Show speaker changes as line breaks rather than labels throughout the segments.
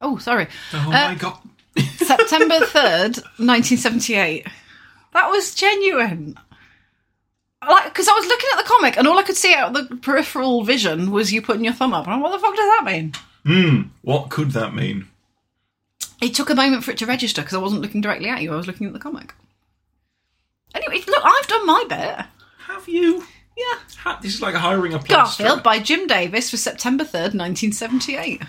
Oh, sorry.
Oh my god.
September 3rd, 1978. That was genuine. Like, because I was looking at the comic and all I could see out the peripheral vision was you putting your thumb up. And I'm, what the fuck does that mean?
What could that mean?
It took a moment for it to register because I wasn't looking directly at you. I was looking at the comic. Anyway, look, I've done my bit.
Have you?
Yeah.
Ha- This is like hiring a plasterer.
Garfield by Jim Davis for September 3rd, 1978.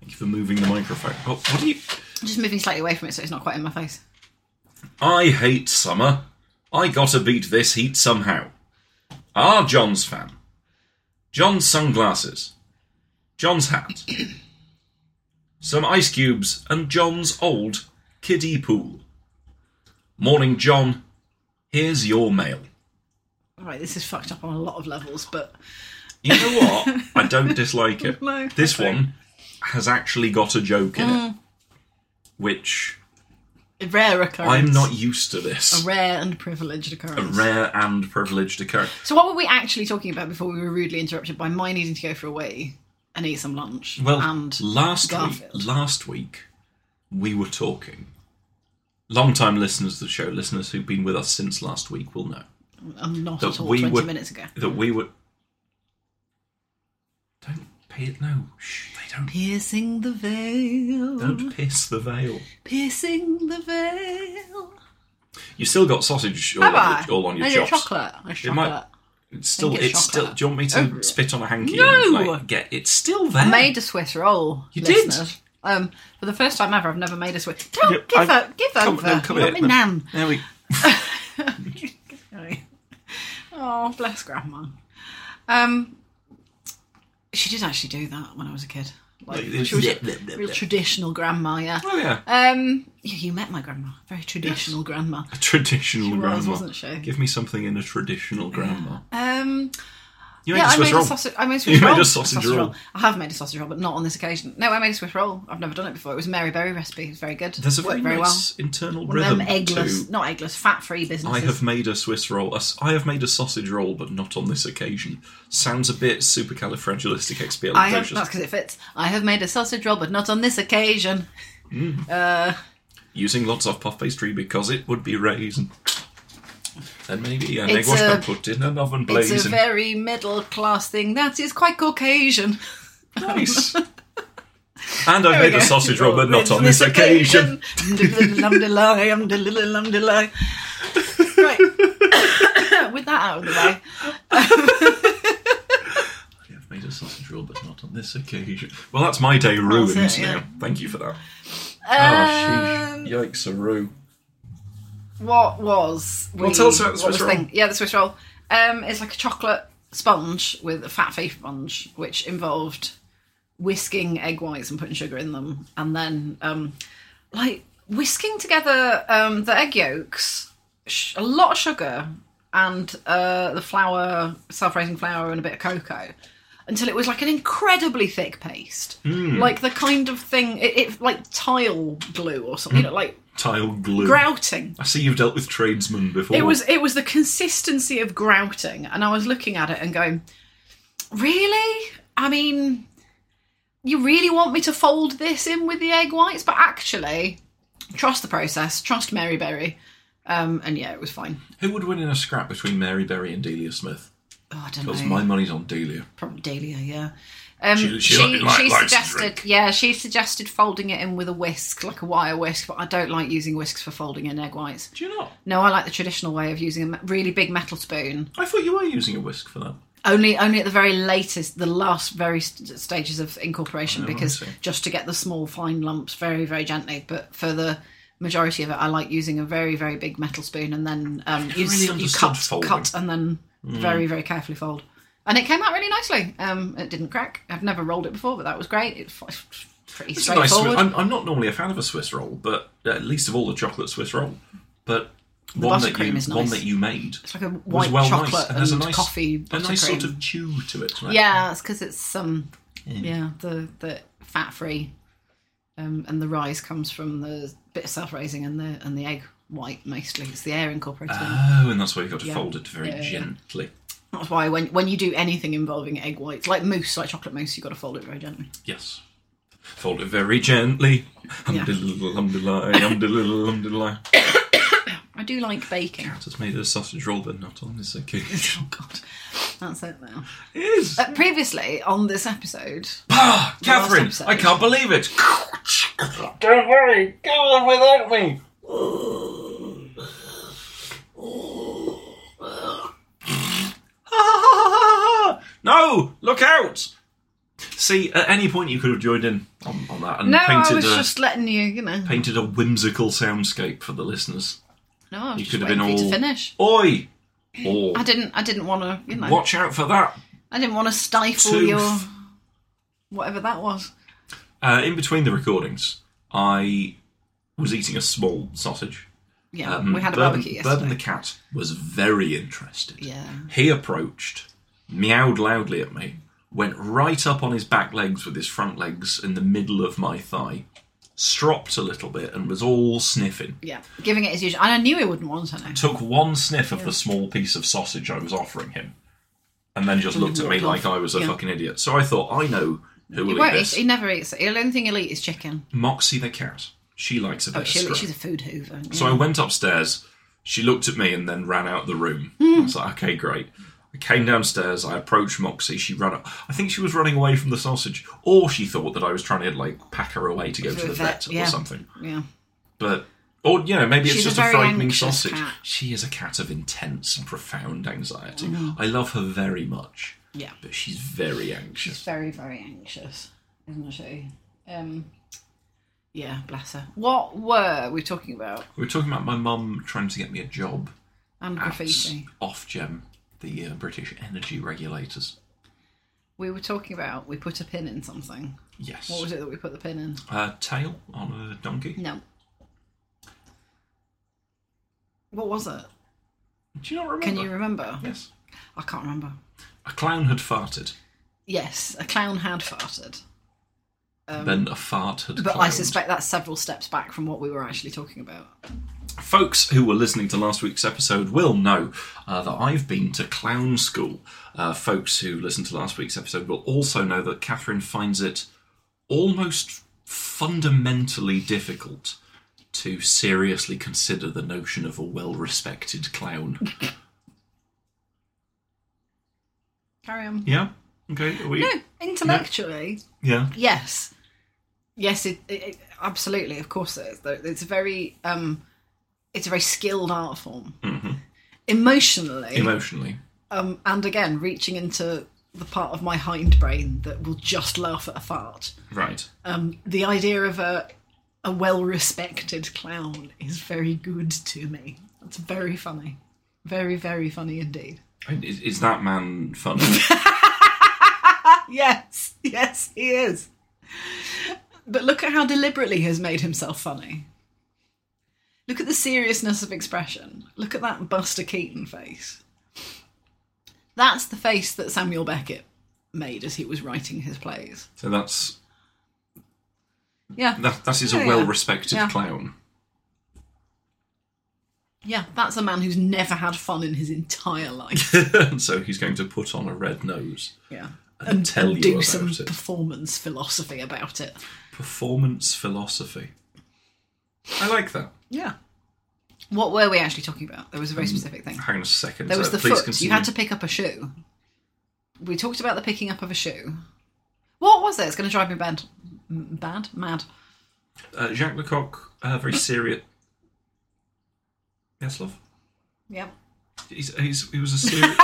Thank you for moving the microphone. Oh, what do you?
Just moving slightly away from it so it's not quite in my face.
I hate summer. I gotta beat this heat somehow. Ah, John's fan. John's sunglasses. John's hat. Some ice cubes and John's old kiddie pool. Morning, John. Here's your mail.
All right, this is fucked up on a lot of levels, but
You know what? I don't dislike it.
No, Mm.
this
okay.
one has actually got a joke in it, which
a rare occurrence.
I'm not used to this.
A rare and privileged occurrence.
rare and privileged occurrence.
So what were we actually talking about before we were rudely interrupted by my needing to go for a wee and eat some lunch?
Well,
and
last
Garfield.
week, last week, we were talking. Long-time listeners to the show, listeners who've been with us since last week, will know
I'm not
that
at all
we
twenty
were
minutes ago.
that we were. Don't pierce. No, shh, they don't.
Piercing the veil,
Don't pierce the veil.
piercing the veil.
You still got sausage all,
Have
on
I?
your, all on your
I
chops.
did chocolate. I
It
chocolate.
might- It's still.
think
It's,
it's
still.
chocolate.
Do you want me to spit on a hanky? And,
No!
like, get it's still there.
I made a Swiss roll.
You did?
listeners. Um, for the first time ever, I've never made a Swiss. Don't
Yeah,
give
I-
up. Give
Come-
over.
no, come
Let
here.
me
No.
nan.
There we.
Sorry. Oh, bless grandma. Um, she did actually do that when I was a kid. Like,
Like,
she was
yeah, yeah, yeah,
a real
yeah.
traditional grandma, yeah.
Oh yeah.
Um, yeah, you met my grandma. Very traditional grandma.
A traditional
was,
grandma.
wasn't she?
Give me something in a traditional grandma.
Um,
You
yeah,
made
I
a Swiss
made a
roll.
sausage. I made a Swiss
made
roll.
a sausage roll.
I have made a sausage roll, but not on this occasion. No, I made a Swiss roll. I've never done it before. It was a Mary Berry recipe. It was very good.
There's a
Worked
very,
very well.
nice internal
One of
rhythm
them eggless,
to.
not eggless, fat-free
I
businesses.
have made a Swiss roll. a s- I have made a sausage roll, but not on this occasion. Sounds a bit supercalifragilisticexpialidocious.
I have, that's because it fits. I have made a sausage roll, but not on this occasion.
Using lots of puff pastry because it would be raisin. And maybe an egg
It's
wash
a-
and put in an oven
It's a
blazing.
very middle class thing. That is quite Caucasian.
nice. and I've
There we
made a
go.
sausage roll, but not
It's
on this occasion.
occasion. Lum-de-lum-de-lie, um-de-lilly-lum-de-lie. right. With that out of the way.
I have made a sausage roll, but not on this occasion. Well, that's my day ruined
That's it, yeah.
now. Thank you for that.
Um,
oh, sheesh. Yikes, a roo.
What was. We,
Well, tell us about
what
the Swiss
was
roll.
thing- Yeah, the Swiss roll. Um, it's like a chocolate sponge with a fat free sponge, which involved whisking egg whites and putting sugar in them, and then um, like whisking together um, the egg yolks, sh- a lot of sugar, and uh, the flour, self-raising flour, and a bit of cocoa. Until it was like an incredibly thick paste,
Hmm.
like the kind of thing it, it like tile glue or something, you know, like
Tile glue.
grouting.
I see you've dealt with tradesmen before.
It was it was the consistency of grouting, and I was looking at it and going, "Really? I mean, you really want me to fold this in with the egg whites? But actually, trust the process. Trust Mary Berry." Um, and yeah, it was fine.
Who would win in a scrap between Mary Berry and Delia Smith?
Oh, I don't
Because
know.
my money's on Delia.
Probably Dahlia, yeah. Um,
She-
she
she
she,
like- like- likes to
suggested,
drink.
yeah, she suggested folding it in with a whisk, like a wire whisk. But I don't like using whisks for folding in egg whites.
Do you not?
No, I like the traditional way of using a me- really big metal spoon.
I thought you were using a whisk for that.
Only, only at the very latest, the last very st- stages of incorporation,
Oh, I
because
see.
just to get the small fine lumps very, very gently. But for the majority of it, I like using a very, very big metal spoon, and then um, you, s-
really
you
understood
cut,
folding. Mm.
cut, and then very, very carefully fold. And it came out really nicely. Um, it didn't crack. I've never rolled it before, but that was great. It was pretty
It's a nice Swiss.
straightforward.
I'm, I'm not normally a fan of a Swiss roll, but at least of all the chocolate Swiss roll, but one that you
buttercream is
one
nice.
that you made
it's like a
was
white
well
chocolate
nice, and
and,
there's a nice
coffee
a nice sort
buttercream.
of chew to it. isn't it?
Yeah, it's because it's um, yeah, the the fat free, um, and the rise comes from the bit of self raising and the
Ah.
and the egg white mostly. It's the air incorporated. in.
Oh, and that's why you've got to fold it very
Yeah.
gently.
That's why when when you do anything involving egg whites, like mousse, like chocolate mousse, you've got to fold it very gently.
Yes. Fold it very gently.
Yeah.
Humdiddle, humdiddle, humdiddle, humdiddle.
I do like baking.
Just made a sausage roll, but not on this
Oh
occasion. Ah,
god, that's it now.
It is.
Uh, previously on this episode,
Ah, Catherine,
episode.
I can't believe it.
Don't worry, go on without me.
no, look out! See, at any point you could have joined in on, on that and
no, I
painted
was
a
just letting you, you know.
painted a whimsical soundscape for the listeners.
No, I was
You
just
could have
waiting
been
for you
all
to finish.
Oi! Or
I didn't. I didn't want to. You know.
watch out for that
I didn't want to stifle
tooth.
your whatever that was.
Uh, in between the recordings, I was eating a small sausage.
Yeah,
Um,
we had a
Bourbon-
barbecue yesterday.
Bourbon the cat was very interested.
Yeah.
He approached, meowed loudly at me, went right up on his back legs with his front legs in the middle of my thigh, stropped a little bit, and was all sniffing.
Yeah, giving it his usual. And I knew he wouldn't want to know.
Took one sniff of the small piece of sausage I was offering him, and then just looked at me
walked
like
off.
I was a
Yeah.
fucking idiot. So I thought, I know who
He
will eat
won't eat,
this.
he never eats it. The only thing he'll eat is chicken.
Moxie the cat. She likes a bit
Oh,
of
she,
scrap.
she's a food hoover. Yeah.
So I went upstairs. She looked at me and then ran out the room.
Hmm.
I was like, okay, great. I came downstairs. I approached Moxie. She ran up. I think she was running away from the sausage, or she thought that I was trying to like pack her away to go to
a
the
vet,
vet
yeah.
or something.
yeah.
But or you know maybe
She's
it's
a
just a,
very
frightening
anxious
sausage.
cat.
She is a cat of intense and profound anxiety.
Mm.
I love her very much,
Yeah.
but she's very anxious.
She's very, very anxious, isn't she? Um, yeah, bless her. What were we talking about?
We were talking about my mum trying to get me a job
And
at
graffiti.
Ofgem, the uh, British energy regulators.
We were talking about we put a pin in something.
Yes.
What was it that we put the pin in?
Uh, tail on a donkey.
No. What was it?
Do you not remember?
Can you remember?
Yes.
I can't remember.
A clown had farted.
Yes, a clown had farted.
then a fart had.
Um, But I
clowned.
suspect that's several steps back from what we were actually talking about.
folks who were listening to last week's episode will know uh, that I've been to clown school. Uh, folks who listened to last week's episode will also know that Catherine finds it almost fundamentally difficult to seriously consider the notion of a well-respected clown.
Carry on.
yeah. Okay. Are we.
No, intellectually,
Yeah.
yes, yes, it, it, it- absolutely. Of course, it is. Though It's a very, um, it's a very skilled art form. Emotionally,
Emotionally.
um, and again, reaching into the part of my hind brain that will just laugh at a fart.
Right.
Um, the idea of a a well-respected clown is very good to me. That's very funny, very very funny indeed.
And Is, is that man funny?
Yes, yes, he is. But look at how deliberately he has made himself funny. Look at the seriousness of expression. Look at that Buster Keaton face. That's the face that Samuel Beckett made as he was writing his plays.
so that's
Yeah,
that, that is
Yeah,
a
yeah.
well-respected
Yeah.
clown.
yeah, that's a man who's never had fun in his entire life.
so he's going to put on a red nose,
Yeah.
And tell you
do
about
some
it.
performance philosophy about it.
performance philosophy. I like that.
Yeah. What were we actually talking about? There was a very
Um,
specific thing.
Hang on a second.
There was
uh,
the
please
foot.
continue.
You had to pick up a shoe. We talked about the picking up of a shoe. What was it? It's going to drive me bad. M- Bad? Mad.
Uh, Jacques Lecoq, uh, very serious. Yes, love.
Yep.
He's, he's, he was a serious.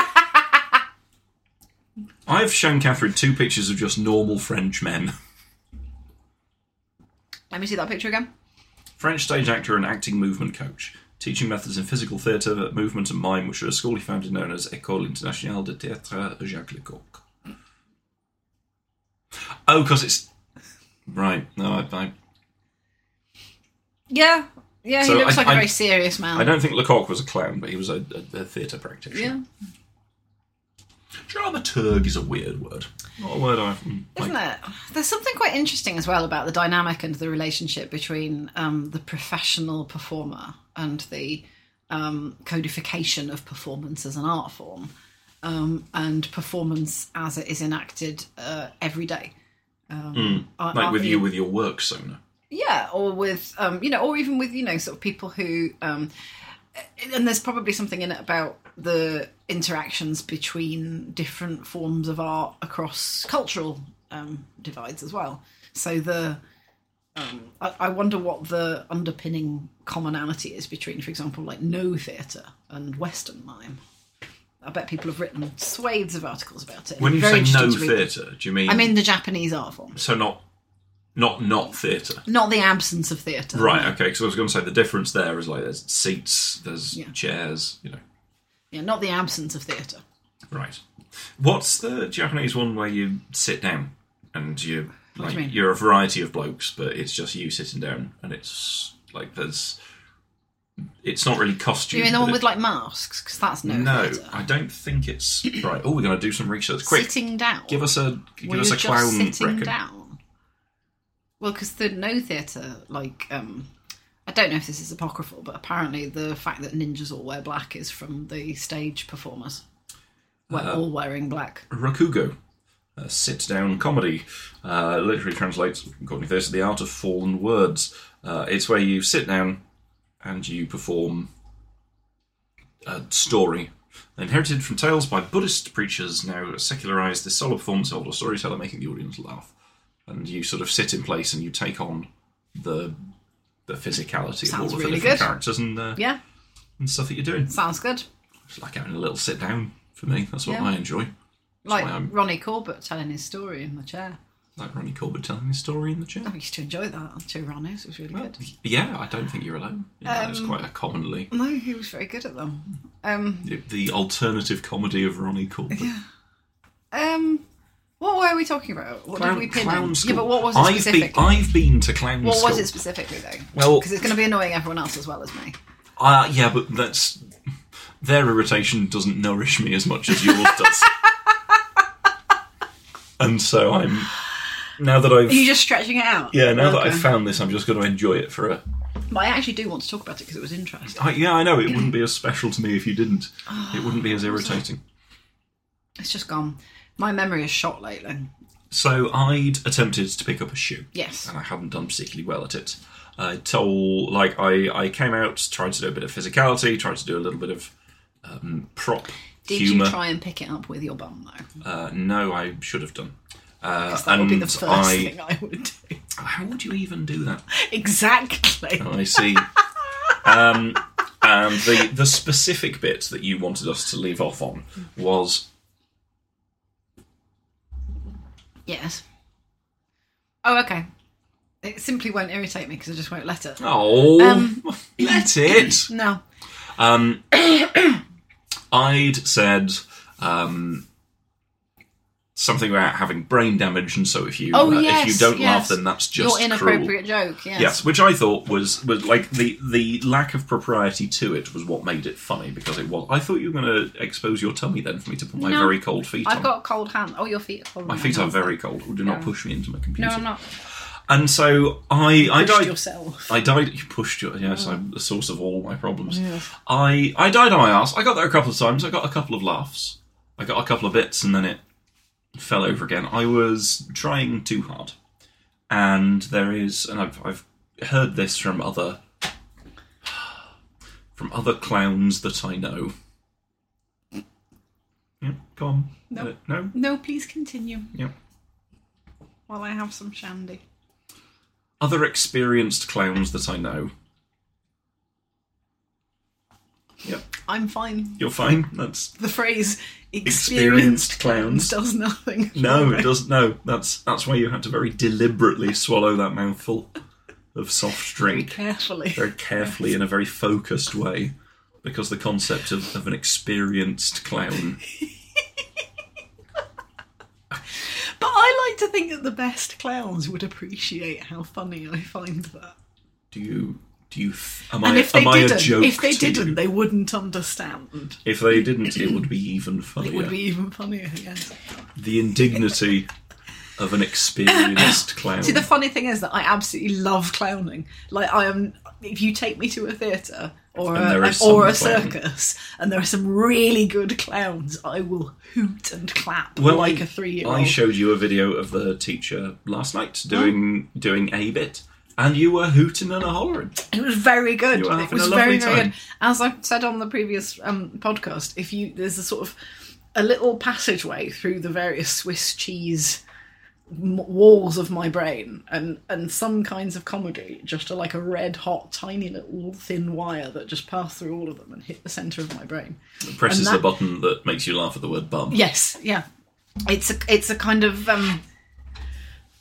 I've shown Catherine two pictures of just normal French men.
Let me see that picture again.
French stage actor and acting movement coach. Teaching methods in physical theatre, movement, and mime, which are a school he founded known as École Internationale de Théâtre Jacques Lecoq. Oh, because it's. Right, no, I, I,
Yeah. Yeah, he
So
looks
I-
like a
I-
very serious man.
I don't think Lecoq was a clown, but he was a, a, a theatre practitioner.
yeah.
Dramaturg is a weird word. Not a word I often
Isn't
like.
it? There's something quite interesting as well about the dynamic and the relationship between um, the professional performer and the um, codification of performance as an art form. um, and performance as it is enacted uh, every day. Um, I-
Hmm. Like
I
with you
believe-
with your work, Sona.
yeah, or with um, you know, or even with you know, sort of people who um, and there's probably something in it about the interactions between different forms of art across cultural um, divides as well. So the um, I, I wonder what the underpinning commonality is between, for example, like no theatre and Western mime. I bet people have written swathes of articles about it.
When you
Very
say
interested
no
to read them.
theatre, do you mean
I mean the Japanese art form,
so not not not theatre?
not the absence of theatre.
Right. Okay. Because I was going to say the difference there is like there's seats, there's
Yeah.
chairs. You know.
Yeah, not the absence of theatre.
Right. What's the Japanese one where you sit down and you like
do you mean?
you are a variety of blokes, but it's just you sitting down and it's like there's it's not really costume.
You mean the
but
one
it-
with like masks? Because that's no.
No,
theatre.
I don't think it's right. Oh, we're going to do some research. Quick,
sitting down.
give us a give
Were
us
you
a clown
just sitting
reckon.
down. Well, because the no theatre, like, um, I don't know if this is apocryphal, but apparently the fact that ninjas all wear black is from the stage performers. We're
Uh-huh.
all wearing black.
Rakugo, a sit down comedy. Uh, literally translates, according to this, the art of fallen words. Uh, it's where you sit down and you perform a story. Inherited from tales by Buddhist preachers, now secularized, this solid form told a storyteller making the audience laugh. And you sort of sit in place and you take on the the physicality of all
Sounds
of the
really
different
good.
characters and, uh,
Yeah,
and stuff that you're doing.
sounds good.
It's like having a little sit down for me. That's what
Yeah.
I enjoy.
Like
why I'm-
Ronnie Corbett telling his story in the chair.
Like Ronnie Corbett telling his story in the chair.
I used to enjoy that. Two Ronnies, it was really
Oh.
good. Um,
Yeah, I don't think you're alone. Yeah, it's quite a commonly
No, he was very good at them. Um,
the, the alternative comedy of Ronnie Corbett.
Um, what were we talking about? What did we pin on? Yeah, but what was it
I've
specifically?
been, I've been to clown
what
school.
was it specifically though?
Well-
because it's going to be annoying everyone else as well as me.
Uh, yeah, but that's their irritation doesn't nourish me as much as yours does. and so I'm now that I've
Are you just stretching it out?
yeah now that
Okay.
I've found this, I'm just going to enjoy it for a.
But I actually do want to talk about it because it was interesting.
I, yeah, I know it wouldn't be as special to me if you didn't. It wouldn't be as
Oh,
irritating.
It's just gone. My memory is shot lately.
So I'd attempted to pick up a shoe.
Yes.
and I hadn't done particularly well at it. I told, like, I, I came out, tried to do a bit of physicality, tried to do a little bit of um, prop
Did
humour.
you try and pick it up with your bum though?
uh, no, I should have done. Uh,
'Cause that would be the
and
first
I,
thing I would do.
How would you even do that?
exactly.
I see. um, and the the specific bit that you wanted us to leave off on was
Yes. Oh, okay. It simply won't irritate me because I just won't let it.
oh,
Um,
let it.
No.
Um, I'd said um, something about having brain damage, and so if you
Oh,
uh,
yes,
if you don't
yes.
laugh, then that's just
Your
cruel.
inappropriate joke. Yes.
Yes, which I thought was was like the the lack of propriety to it was what made it funny because it was. I thought you were going to expose your tummy then for me to put my
No.
very cold feet
I've
on.
got a cold hand. Oh, your feet are cold.
my feet are very cold. Do not push me into my
No,
computer.
I'm not.
And so I I
Pushed
died.
yourself.
I died. You pushed your yes. I'm the source of all my problems. I I died on my ass. I got there a couple of times. I got a couple of laughs. I got a couple of bits, and then it fell over again. I was trying too hard, and there is, and I've I've heard this from other from other clowns that I know. Yep, go on.
Nope.
Uh, no.
No, please continue
Yep.
while I have some shandy.
other experienced clowns that I know. Yep,
I'm fine.
you're fine. That's
The phrase experienced
experienced clowns.
does nothing.
No, it doesn't. No, that's that's why you had to very deliberately swallow that mouthful of soft
Very
drink
carefully.
very carefully in a very focused way, because the concept of, of an experienced clown.
But I like to think that the best clowns would appreciate how funny I find that.
Do you do you? th- Am
And
I
if they
am I a
didn't,
joke?
if they
to you?
didn't, they wouldn't understand.
if they didn't, it would be even funnier.
It would be even funnier. Yes.
the indignity of an experienced clown.
See, the funny thing is that I absolutely love clowning. Like, I am. If you take me to a theatre or
And there
a,
is
or a
some clown.
circus, and there are some really good clowns, I will hoot and clap
Well,
like
I-
a three year
I
old.
showed you a video of the teacher last night doing doing a bit, and you were hooting and a hollering.
It was very good.
You were
It
having
was
a
very,
lovely
very
time.
good. As I've said on the previous um, podcast, if you there's a sort of a little passageway through the various Swiss cheese m- walls of my brain, and and some kinds of comedy just are like a red hot, tiny little thin wire that just pass through all of them and hit the center of my brain.
Presses
that-
the button that makes you laugh at the word bum.
Yes, yeah. It's a it's a kind of um,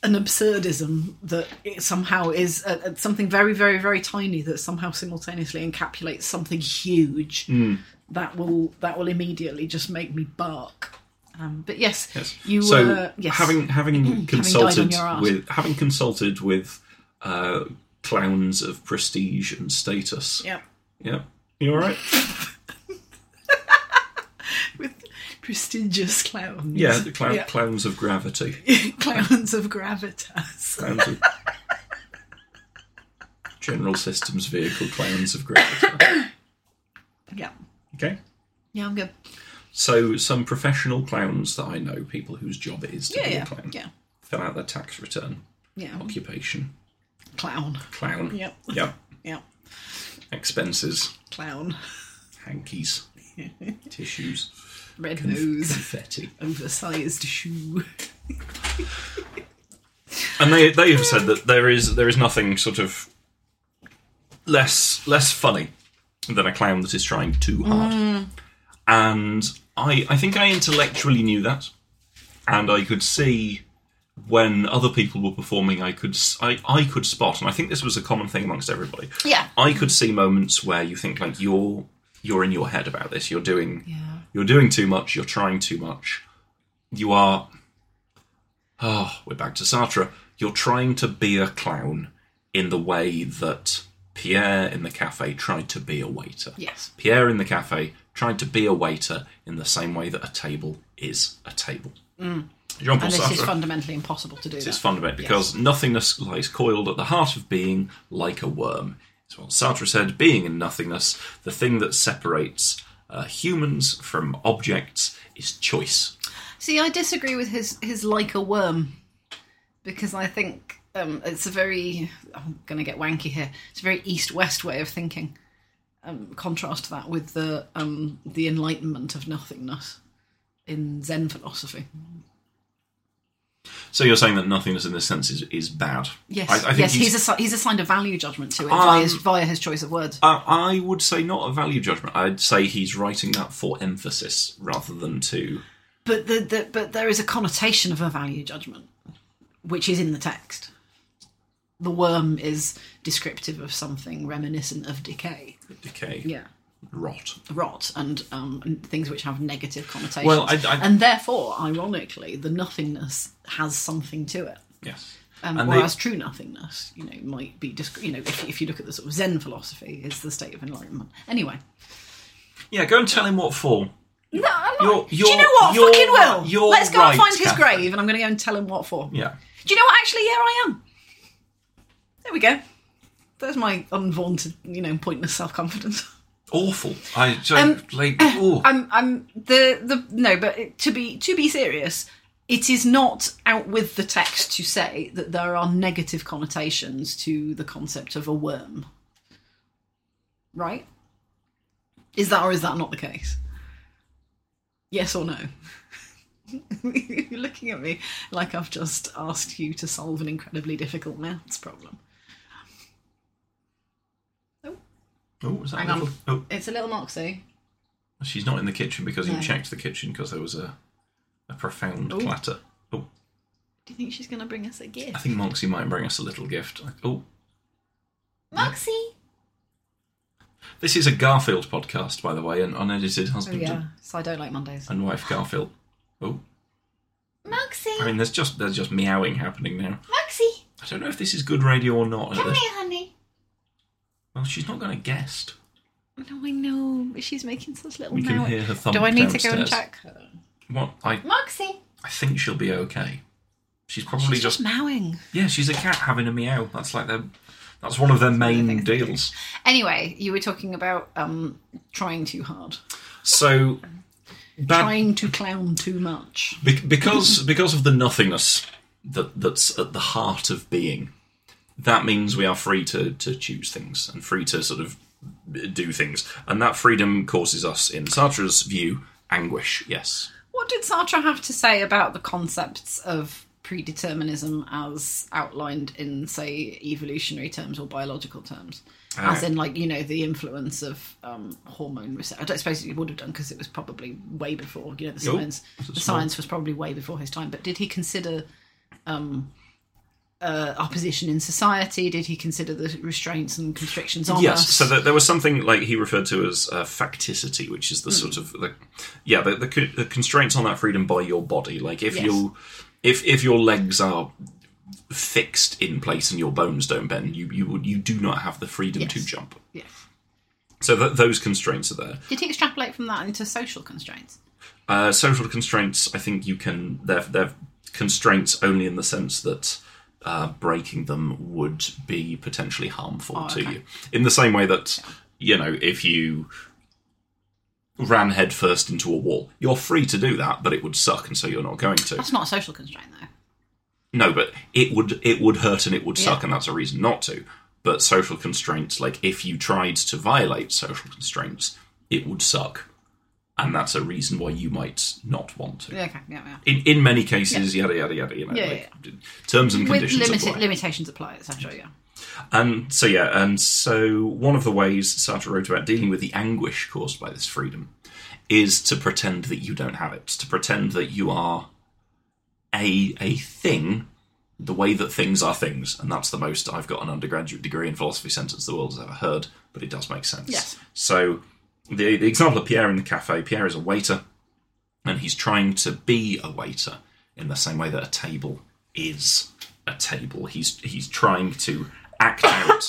an absurdism that it somehow is uh uh, something very very very tiny that somehow simultaneously encapsulates something huge
Hmm.
that will that will immediately just make me bark. Um, but yes, you
so
were yes.
having having
on
consulted
your arse.
with having consulted with uh, clowns of prestige and status.
yeah
Yeah. You all right?
with prestigious clowns.
Yeah, the clown,
Yeah.
clowns of gravity.
clowns of gravitas.
Clowns of general systems vehicle clowns of gravity.
Yeah,
Okay.
yeah, I'm good.
So some professional clowns that I know, people whose job it is to
Yeah,
be
yeah,
a clown,
yeah,
fill out their tax return.
yeah.
Occupation,
Clown.
clown.
Yep.
Yep.
Yeah,
Expenses,
clown.
hankies, tissues,
Red nose.
confetti.
oversized shoe.
And they they have said that there is there is nothing sort of less less funny than a clown that is trying too hard. And I I think I intellectually knew that, and I could see when other people were performing, I could s- I, I could spot, and I think this was a common thing amongst everybody.
Yeah.
I could see moments where you think like you're you're in your head about this. You're doing
Yeah.
you're doing too much. You're trying too much. You are. Oh, we're back to Sartre. You're trying to be a clown in the way that Pierre in the cafe tried to be a waiter.
Yes.
Pierre in the cafe tried to be a waiter in the same way that a table is a table. Jean Paul
Mm. And this is
Sartre.
fundamentally impossible to do.
It's
That.
fundamental because nothingness lies coiled at the heart of being like a worm. It's what Sartre said being in nothingness, the thing that separates uh, humans from objects is choice.
See, I disagree with his his like a worm because I think um, it's a very I'm going to get wanky here. It's a very east west way of thinking. Um, contrast that with the um, the enlightenment of nothingness in Zen philosophy.
So you're saying that nothingness in this sense is, is bad?
Yes,
I, I think
yes,
he's-
he's, assi- he's assigned a value judgment to it via,
Um,
his, via his choice of words.
Uh, I would say not a value judgment. I'd say he's writing that for emphasis rather than to.
But the, the but there is a connotation of a value judgment, which is in the text. The worm is descriptive of something reminiscent of decay,
Decay,
yeah,
rot.
rot, and, um, and things which have negative connotations.
Well, I- I-
and therefore, ironically, the nothingness has something to it.
Yes.
Um,
And they-
whereas true nothingness, you know, might be disc- you know, if, if you look at the sort of Zen philosophy, is the state of enlightenment. Anyway,
Yeah, go and tell him what for.
no, I'm not.
You're-
do you
you're-
know what?
you're
Fucking
right-
will.
you're
Let's go and
right,
find his
Catherine.
grave, and I'm going to go and tell him what for.
Yeah.
Do you know what? Actually, yeah, I am. There we go. There's my unvaunted, you know, pointless self confidence.
Awful. I
Um,
don't like. Oh.
I'm, I'm the the no, but it- to be to be serious, it is not out with the text to say that there are negative connotations to the concept of a worm. Right? Is that or is that not the case? Yes or no? You're looking at me like I've just asked you to solve an incredibly difficult maths problem.
oh, was that
hang on.
little- Oh.
It's a little Moxie.
She's not in the kitchen because
No.
you checked the kitchen because there was a, a profound
Ooh.
clatter. Oh,
Do you think she's going to bring us a
I
gift?
think Moxie might bring us a little gift. Oh,
Moxie!
this is a Garfield podcast, by the way, an unedited
Oh,
husband
yeah. So I don't like Mondays.
and wife Garfield. Oh,
Moxie!
I mean, there's just there's just meowing happening now.
Moxie!
I don't know if this is good radio or not. at this-
honey.
Well, she's not going to guest.
No, I know, but she's making such little
We can
noise.
hear her thump
Oh, Do I need to go and
downstairs.
check her?
What? I
Moxie!
I think she'll be okay. She's probably
She's just
just
mowing.
yeah. She's a cat having a meow. That's like their That's one of their main
think they do.
deals.
Anyway, you were talking about um, trying too hard,
So, bad
trying to clown too much.
Be- because because of the nothingness that that's at the heart of being that means we are free to to choose things and free to sort of do things and that freedom causes us in sartre's view anguish yes
What did Sartre have to say about the concepts of predeterminism as outlined in, say, evolutionary terms or biological terms? As in, like, you know, the influence of um, hormone research. I don't suppose he would have done because it was probably way before, you know, the
Oh,
science. the science was probably way before his time. But did he consider um, uh, our position in society? Did he consider the restraints and constrictions on
yes
us?
so there, there was something like he referred to as uh, facticity which
Hmm.
is the sort of the yeah the, the, co- the constraints on that freedom by your body like if
Yes.
you if if your legs are fixed in place and your bones don't bend you you would- you do not have the freedom to
Yes.
jump
Yeah.
So th- those constraints are there.
Did he extrapolate from that into social constraints?
Uh, social constraints, I think you can. They're, they're constraints only in the sense that uh, breaking them would be potentially harmful to
Oh, okay.
you. In the same way that you know, if you ran headfirst into a wall, you're free to do that, but it would suck, and so you're not going to.
That's not a social constraint, though.
No, but it would it would hurt and it would suck,
Yeah.
and that's a reason not to. But social constraints, like if you tried to violate social constraints, it would suck, and that's a reason why you might not want to.
Yeah, Okay, yeah, yeah.
In in many cases, yada yada yada, you know,
Yeah,
like, terms and
with
conditions
limited
apply.
limitations apply, etc. Yeah,
And so yeah, and so one of the ways Sartre wrote about dealing with the anguish caused by this freedom is to pretend that you don't have it, to pretend that you are a a thing, the way that things are things, and that's the most I've got an undergraduate degree in philosophy sentence the world has ever heard, but it does make sense.
Yes.
So the the example of Pierre in the cafe, Pierre is a waiter, and he's trying to be a waiter in the same way that a table is a table. He's he's trying to act out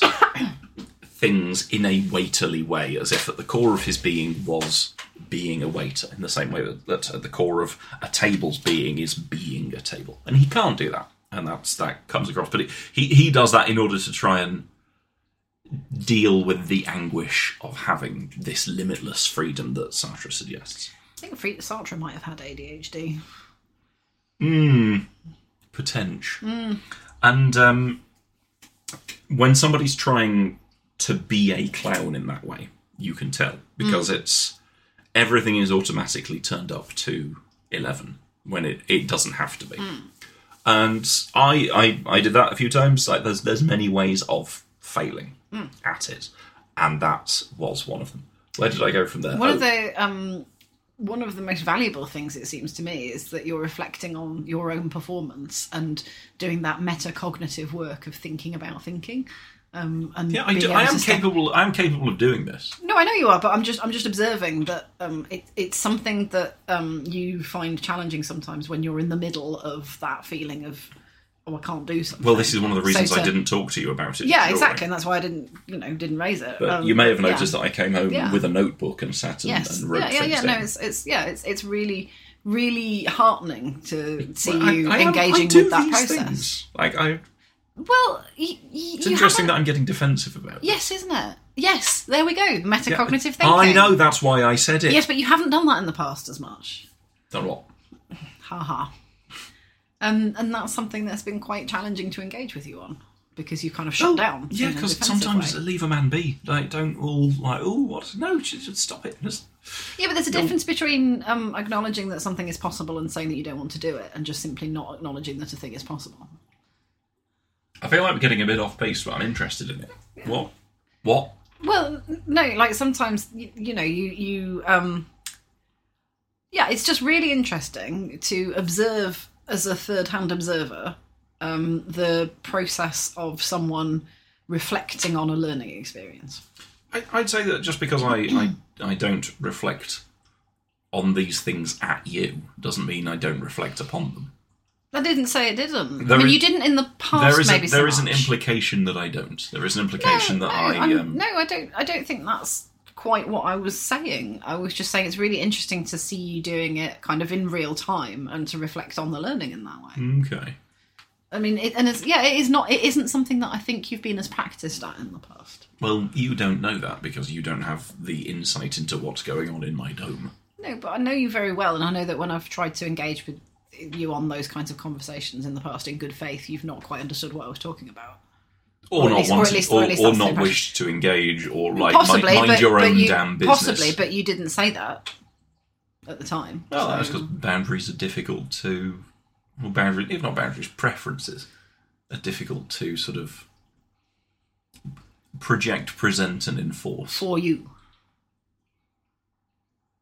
things in a waiterly way, as if at the core of his being was being a waiter, in the same way that, that at the core of a table's being is being a table. And he can't do that. And that's that comes across. But it, he, he does that in order to try and deal with the anguish of having this limitless freedom that Sartre suggests.
I think Fre- Sartre might have had ADHD.
potential.
Hmm.
And um, when somebody's trying to be a clown in that way, you can tell because
Hmm.
it's everything is automatically turned up to eleven when it, it doesn't have to be.
Hmm.
And I, I I did that a few times. Like there's there's many ways of failing
Hmm.
at it, and that was one of them. Where did I go from there?
One
Oh,
of the um, one of the most valuable things it seems to me is that you're reflecting on your own performance and doing that metacognitive work of thinking about thinking. Um, and
yeah, I,
being
do,
able
I
to
am
step-
capable. I am capable of doing this.
No, I know you are, but I'm just I'm just observing that um, it, it's something that um, you find challenging sometimes when you're in the middle of that feeling of oh I can't do something.
Well, this is one of the
So
reasons I
to-
didn't talk to you about it.
Yeah,
during-
exactly, and that's why I didn't, you know, didn't raise it.
But
Um,
you may have
yeah.
noticed that I came home
Yeah.
with a notebook and sat and,
Yes,
and wrote
yeah, yeah,
things
yeah.
down.
No, it's it's yeah, it's it's really really heartening to see
I-
you
I am- I
engaging
do
with that
these
process.
things. Like, I,
Well, y- y-
it's
you
interesting
haven't-
that I'm getting defensive about. it.
yes, isn't it? Yes, there we go. Metacognitive thinking.
I know that's why I said it.
Yes, but you haven't done that in the past as much.
Done what?
Ha ha. And and that's something that's been quite challenging to engage with you on because you kind of shut down.
Oh, Yeah,
in a
because
defensive
sometimes
way.
leave a man be. Like, don't all like, oh, what? No, just just stop it. Just
Yeah, but there's a difference between um, acknowledging that something is possible and saying that you don't want to do it, and just simply not acknowledging that a thing is possible.
I feel like we're getting a bit off piece, but I'm interested in it. What? What?
Well, n- no, like sometimes you, you know you you um, yeah, it's just really interesting to observe as a third-hand observer um, the process of someone reflecting on a learning experience.
I, I'd say that just because I, I I don't reflect on these things at you doesn't mean I don't reflect upon them.
I didn't say it didn't.
There
I mean,
is-
you didn't in the past.
There is
maybe
a,
so
there is an
much.
implication that I don't. There is an implication that I
I'm-
um,
no, I don't. I don't think that's quite what I was saying. I was just saying it's really interesting to see you doing it kind of in real time and to reflect on the learning in that way.
okay.
I mean, it, and it's yeah, it is not. It isn't something that I think you've been as practiced at in the past.
Well, you don't know that because you don't have the insight into what's going on in my dome.
No, but I know you very well, and I know that when I've tried to engage with you on those kinds of conversations in the past in good faith, you've not quite understood what I was talking about.
Or,
Or at
not
least- or at
wanted,
least-
or,
or at least
or
that's the
not
impression.
wished to engage, or like
possibly,
mind, mind
but,
your
but
own
you,
damn business.
Possibly, but you didn't say that at the time.
Well, that's
so-
because boundaries are difficult to, well, boundaries, if not boundaries, preferences are difficult to sort of project, present, and enforce.
for you,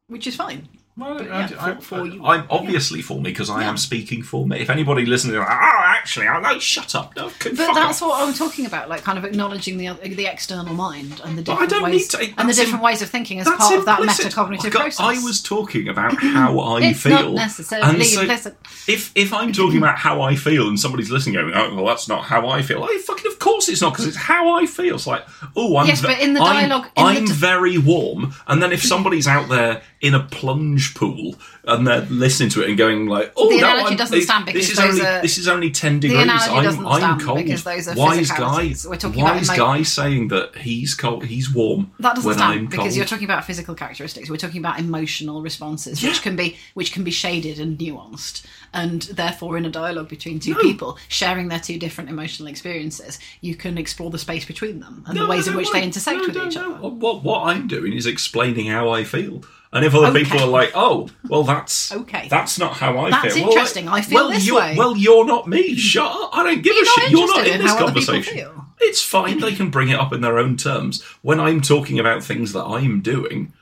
which is fine.
Well,
yeah, for- for you.
I'm obviously for me because I
Yeah.
am speaking for me. If anybody listening, they're like, oh, actually, I like, shut up, no, can
But
fuck
that's
off."
what I'm talking about, like kind of acknowledging the the external mind and the
But I
different
don't need
ways
to-
and the
that's im-
different ways of thinking as
That's
part of that
implicit.
metacognitive
Like,
process.
I was talking about how I
It's
feel.
not necessarily
and so
implicit.
If if I'm talking about how I feel and somebody's listening going, oh, well, that's not how I feel. I fucking, of course it's not because it's how I feel. It's like, oh, I'm
Yes, but in the
I'm-
dialogue- in
I'm,
the di-
very warm. And then if somebody's out there in a plunge pool and they're listening to it and going like, oh,
The
no,
analogy
I'm-
doesn't
this-
stand
this
because
is
those
only
are-
this is only ten degrees.
analogy
I'm,
doesn't
I'm
stand
cold.
because those are
wise guy,
physicalities. We're talking about
wise
emo-
guy saying that he's cold. He's warm.
That doesn't
when
stand
I'm
because
cold.
you're talking about physical characteristics. We're talking about emotional responses,
Yeah.
which can be which can be shaded and nuanced, and therefore in a dialogue between two people sharing their two different emotional experiences, you can explore the space between them and the
No,
ways
I
in
don't
which
wanna-
they intersect
no,
with
no,
each
no.
other.
What what I'm doing is explaining how I feel. And if other
Okay.
people are like, "Oh, well, that's
Okay.
that's not how I
That's
feel."
interesting. I feel
well,
this
you're,
way. Mm.
Well, you're not me. Shut up. I don't give
You're
a
not
shit. You're not
interested
in,
in
this
how other people
conversation.
feel.
It's fine. They can bring it up in their own terms. When I'm talking about things that I'm doing,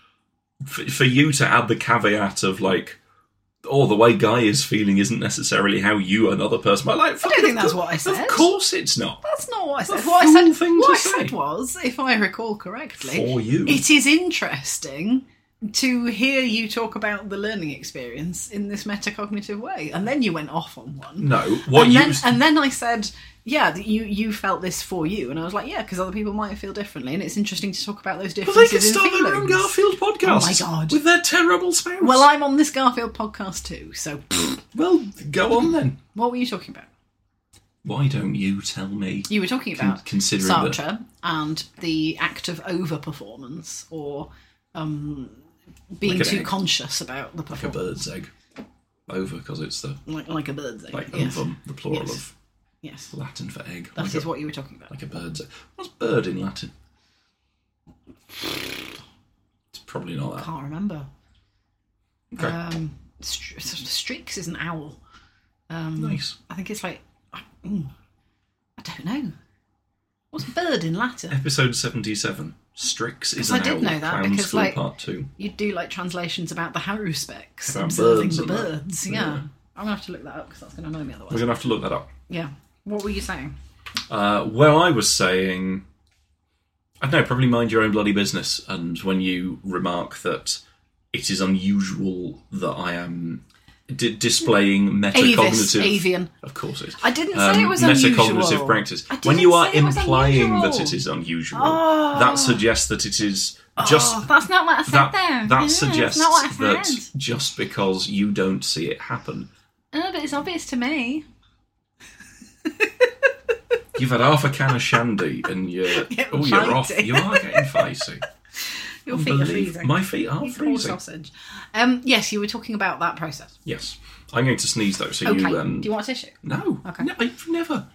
f- for you to add the caveat of like. Oh, the way Guy is feeling isn't necessarily how you, another person, might like. I
don't think that's what I
Of
said.
course, it's not.
That's not what I said.
a
What I
fool
said,
thing
what
to
I
say.
said was, if I recall correctly,
For you.
it is interesting to hear you talk about the learning experience in this metacognitive way, and then you went off on one.
No, what
and
you
then, and then I said, "Yeah, that you you felt this for you," and I was like, "Yeah, because other people might feel differently, and it's interesting to talk about those
Well, they
differences
could start
in feelings."
their own Garfield podcast.
Oh my God.
With their terrible spouse.
Well, I'm on this Garfield podcast too, so pfft,
well, go on then.
what were you talking about?
Why don't you tell me?
You were talking
Con-
about
considering that-
Sartre and the act of overperformance, or um, being
Like an
too
egg.
conscious about the
Like a
performance,
bird's egg. Over because it's the
like, like a bird's egg.
like
yes.
ovum, the plural
Yes.
of
yes,
Latin for egg.
that
like
is
a,
what you were talking about.
like a bird's egg. What's bird in Latin? It's probably not that.
Can't remember.
Okay,
Um, Str- Streaks is an owl. Um,
nice.
I think it's like I, mm, I don't know. What's bird in Latin?
Episode seventy-seven. Strix is an
I did
owl.
know that,
Clown
because,
School
like-
Part Two.
You do like translations about the harrow specks,
About
observing
birds
the
and that.
birds. Yeah.
Yeah.
I'm gonna have to look that up because that's gonna annoy me otherwise.
We're gonna have to look that up.
Yeah. What were you saying?
Uh, well, I was saying, I don't know, probably mind your own bloody business. And when you remark that it is unusual that I am d- displaying
Avis,
metacognitive.
avian.
Of course it is. Um,
I didn't say it was
metacognitive
unusual.
practice.
I didn't
When you are
say it was
implying
unusual.
that it is unusual,
Oh.
that suggests that it is just
Oh, that's not what I said
that
there.
that
Yeah, that's
suggests
not what I
that
said.
just because you don't see it happen,
Oh, but it's obvious to me.
you've had half a can of shandy and you're
Getting
oh you're off.
feisty.
You are getting feisty.
Your feet are
Unbelievable.
freezing.
My feet are
You poor
freezing.
sausage. Um, yes, you were talking about that process.
Yes. I'm going to sneeze though, so
Okay.
you. Um,
Do you want a tissue?
no.
Okay.
No, I've never.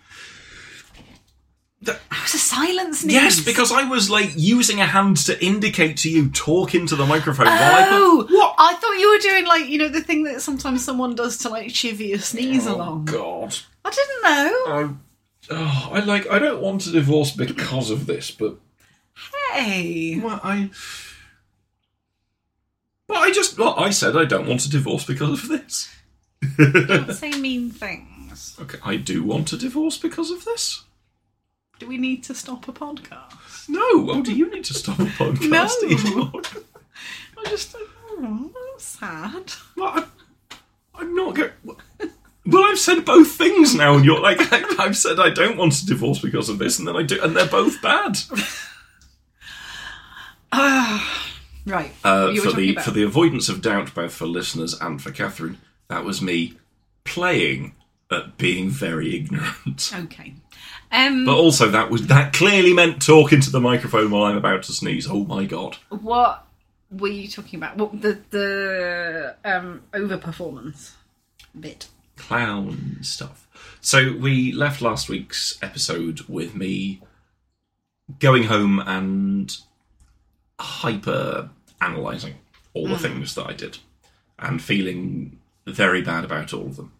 That-
That was a silence sneeze.
yes, because I was like using a hand to indicate to you talk into the microphone. while I
Oh,
put- what?
I thought you were doing like you know the thing that sometimes someone does to like chivvy a sneeze along.
Oh, God.
I didn't know.
I, oh, I like. I don't want a divorce because of this, but
Hey,
well, I. Well, I just. Well, I said I don't want a divorce because of this.
don't say mean things.
Okay, I do want a divorce because of this.
Do we need to stop a podcast?
No. Oh, do you need to stop a podcast?
No.
Elon?
I just oh, I'm sad.
Well, I'm, I'm not going. Well, I've said both things now, and you're like, I've said I don't want a divorce because of this, and then I do, and they're both bad.
Right.
Uh,
you were
for
talking
the
about
for the avoidance of doubt, both for listeners and for Catherine, that was me playing at being very ignorant.
Okay. Um,
But also that was that clearly meant talking to the microphone while I'm about to sneeze. Oh my god.
what were you talking about? What the the um, overperformance bit?
Clown stuff. So we left last week's episode with me going home and hyper analysing all the things that I did and feeling very bad about all of them.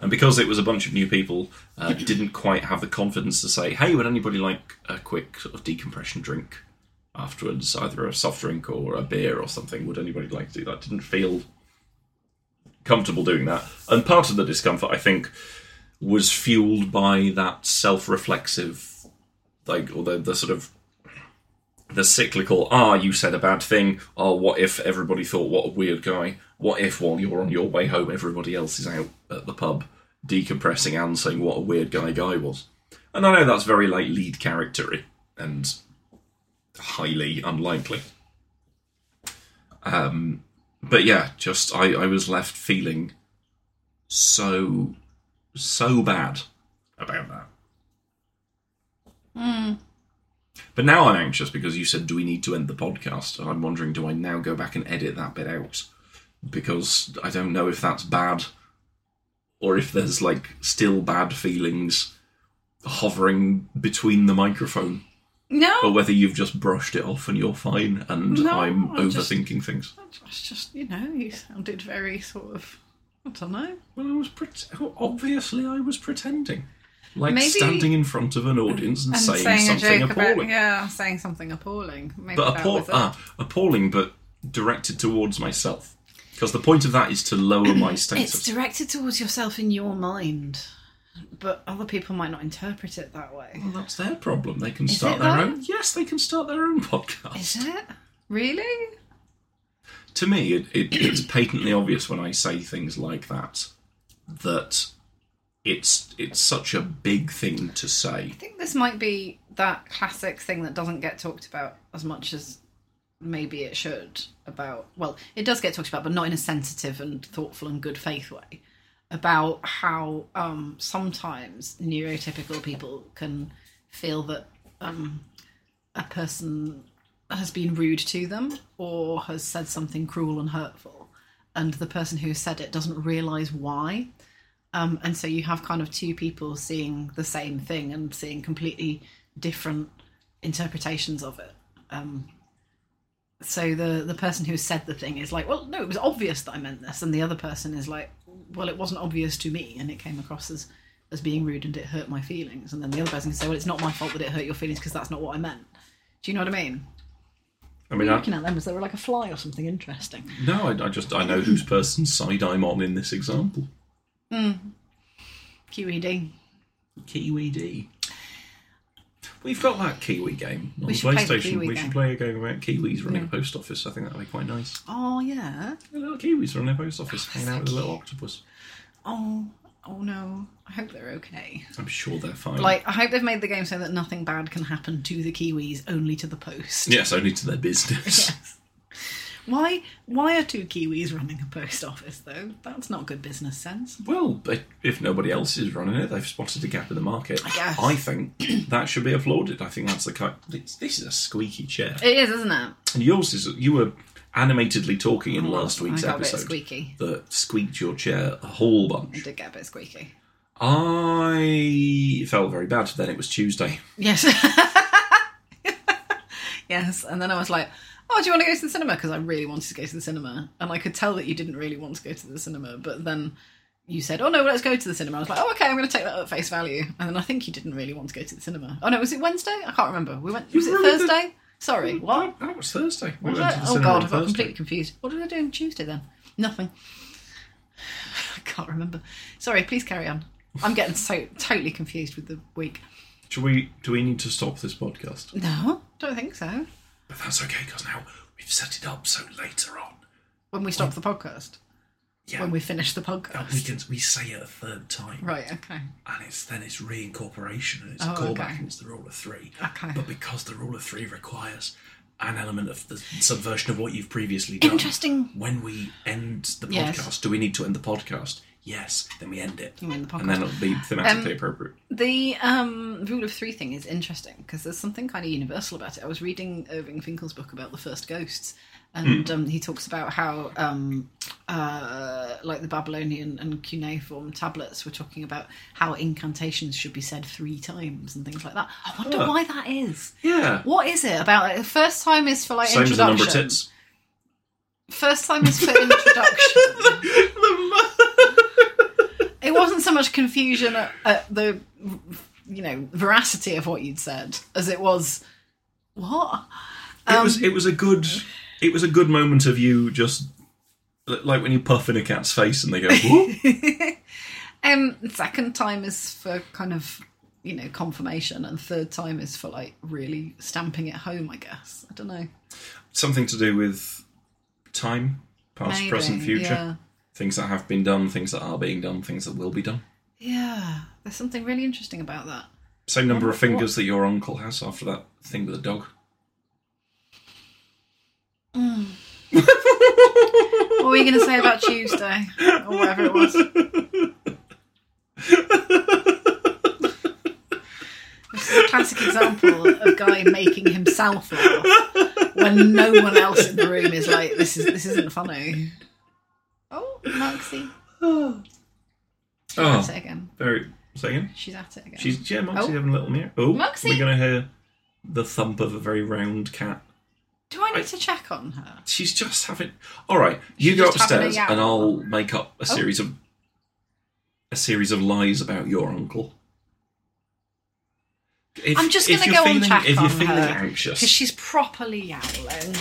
And because it was a bunch of new people, uh, didn't quite have the confidence to say, "Hey, would anybody like a quick sort of decompression drink afterwards? Either a soft drink or a beer or something. Would anybody like to do that?" Didn't feel comfortable doing that. And part of the discomfort, I think, was fueled by that self-reflexive, like, or the, the sort of the cyclical ah you said a bad thing ah what if everybody thought what a weird guy what if while you're on your way home everybody else is out at the pub decompressing and saying what a weird guy guy was and i know that's very like lead charactery and highly unlikely um but yeah just i i was left feeling so so bad about that
Hmm.
But now I'm anxious because you said, "Do we need to end the podcast?" And I'm wondering, do I now go back and edit that bit out because I don't know if that's bad or if there's like still bad feelings hovering between the microphone,
No,
or whether you've just brushed it off and you're fine and
No,
I'm
I just-
overthinking things.
it's just you know you sounded very sort of I don't know.
Well, I was pret- obviously I was pretending, like
Maybe-
standing in front of an audience and,
And
saying, something
a joke
appalling.
about yeah, saying something appalling. Maybe
but
that
appall-
was it.
ah, appalling, but directed towards myself. Because the point of that is to lower my
It's
status.
directed towards yourself in your mind, but other people might not interpret it that way.
well, that's their problem. They can start
it
their
though?
own. Yes, they can start their own podcast.
Is it really?
To me, it, it, it's patently obvious when I say things like that that it's it's such a big thing to say.
I think this might be that classic thing that doesn't get talked about as much as maybe it should about well it does get talked about but not in a sensitive and thoughtful and good faith way about how um sometimes neurotypical people can feel that um a person has been rude to them or has said something cruel and hurtful and the person who said it doesn't realize why um, and so you have kind of two people seeing the same thing and seeing completely different interpretations of it. Um, so the the person who said the thing is like, well, no, it was obvious that I meant this, and the other person is like, well, it wasn't obvious to me, and it came across as as being rude and it hurt my feelings, and then the other person can say, well, it's not my fault that it hurt your feelings because that's not what I meant. Do you know what I mean?
I mean,
You're
I,
looking at them as they were like a fly or something interesting.
no, I, I just I know whose person's side I'm on in this example.
QED.
Kiwi D. We've got that Kiwi game on
We should play the
PlayStation.
Kiwi
we
game.
should play a game about Kiwis running a post office. I think that'd be quite nice.
Oh yeah.
The little Kiwis running a post office, hanging out with a little octopus.
Oh oh no. I hope they're okay.
I'm sure they're fine.
Like, I hope they've made the game so that nothing bad can happen to the Kiwis, only to the post.
yes, only to their business.
Why? Why are two Kiwis running a post office though? That's not good business sense.
Well, but if nobody else is running it, they've spotted a gap in the market. I
guess.
think that should be applauded. I think that's the kind. This this is a squeaky chair,
It is, isn't it?
and yours is. You were animatedly talking in last week's
Oh, I got a bit
episode
squeaky.
that squeaked your chair a whole bunch.
I did get a bit squeaky.
I felt very bad. Then it was Tuesday.
Yes. yes. And then I was like, oh, do you want to go to the cinema? Because I really wanted to go to the cinema. And I could tell that you didn't really want to go to the cinema. But then you said, oh, no, let's go to the cinema. I was like, oh, okay, I'm going to take that at face value. And then I think you didn't really want to go to the cinema. Oh, no, was it Wednesday? I can't remember. We went, was it
ruined it.
Thursday? Sorry, what?
Oh, That was Thursday. We
Was
went
it?
to the
Oh,
cinema
God,
on
I got
Thursday.
completely confused. What did I do on Tuesday then? Nothing. I can't remember. Sorry, please carry on. I'm getting so totally confused with the week.
Should we? Do we need to stop this podcast?
No, don't think so.
But that's okay because now we've set it up. So later on,
When we stop the podcast.
Oh. yeah, Oh.
When we finish the
we
podcast.
can we say it a third time,
Right, okay.
and it's then it's reincorporation and it's
Oh,
a callback
okay.
and it's the rule of three.
Okay.
But because the rule of three requires an element of the subversion of what you've previously done.
Interesting.
When we end the
Yes.
podcast, do we need to end the podcast? Yes. Then we end it.
You mean the
And then
podcast. Um,
it'll be thematically appropriate.
The um, rule of three thing is interesting because there's something kind of universal about it. I was reading Irving Finkel's book about the first ghosts, and
Hmm.
um, he talks about how, um, uh, like the Babylonian and cuneiform tablets, were talking about how incantations should be said three times and things like that. I wonder
Huh.
why that is.
Yeah.
What is it about? Like, the first time is for like
Same as the
introduction.
number of tits.
First time is for introduction. it wasn't so much confusion at, at the you know veracity of what you'd said as it was what
it was it was a good it was a good moment of you just like when you puff in a cat's face and they go "Whoop."
um second time is for kind of you know confirmation and third time is for like really stamping it home i guess i don't know
something to do with time past
Maybe,
present future
yeah
things that have been done things that are being done things that will be done
yeah there's something really interesting about that
same number of fingers that your uncle has after that thing with the dog
what were you going to say about tuesday or whatever it was This is a classic example of guy making himself laugh when no one else in the room is like, "This is this isn't funny." Oh, Moxie, she's
Oh.
at it again.
very second
She's at it again.
she's yeah Moxie's
Oh.
having a little mirror oh
Moxie?
we're gonna hear the thump of a very round cat
Do I need to check on her?
she's just having all right you
She's
go
just having a
upstairs
yap. Oh.
and i'll make up a series of a series of lies about your uncle If-
I'm just
if
gonna
you're
go and
feeling-
check
if you're
on
feeling
her,
anxious
Because she's properly yowling.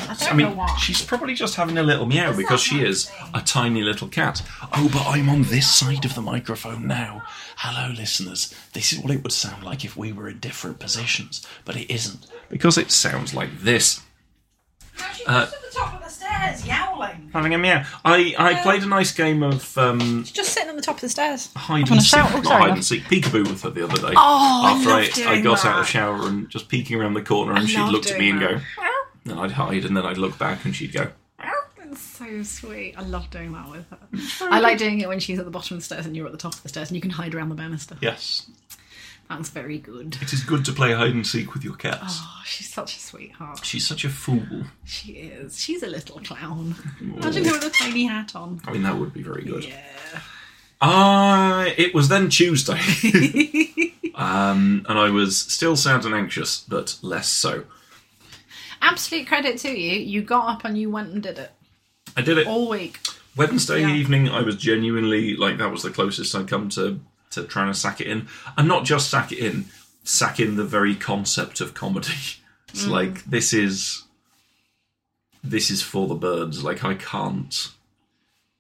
I don't
I mean,
know why.
she's probably just having a little meow because she is a tiny little cat. Oh, but I'm on this side of the microphone now. Hello, listeners. This is what it would sound like if we were in different positions, but it isn't because it sounds like this.
she's
uh,
at the top of the stairs yowling.
Having a meow. I, I played a nice game of um,
She's just sitting at the top of the stairs.
hide
I'm gonna
and seek,
shout. Oh,
not
sorry,
hide
no.
and seek, peekaboo with her the other day.
Oh, I
after I,
love doing
got out of
that.
the shower and just peeking around the corner, and she'd
love
look at me
doing
and go,
that.
and I'd hide, and then I'd look back and she'd go,
That's so sweet. I love doing that with her. I like doing it when she's at the bottom of the stairs and you're at the top of the stairs and you can hide around the banister.
yes,
That's very good.
it is good to play hide and seek with your cats.
Oh, she's such a sweetheart.
She's such a fool.
She is. She's a little clown. Imagine her with a tiny hat on.
I mean, that would be very good.
Yeah.
Uh, it was then Tuesday. um, and I was still sad and anxious, but less so.
Absolute credit to you. You got up and you went and did it
I did it
all week.
Wednesday
Yeah.
evening. I was genuinely like, that was the closest I'd come to, to trying to sack it in. And not just sack it in, sack in the very concept of comedy. It's like, this is. This is for the birds. Like, I can't.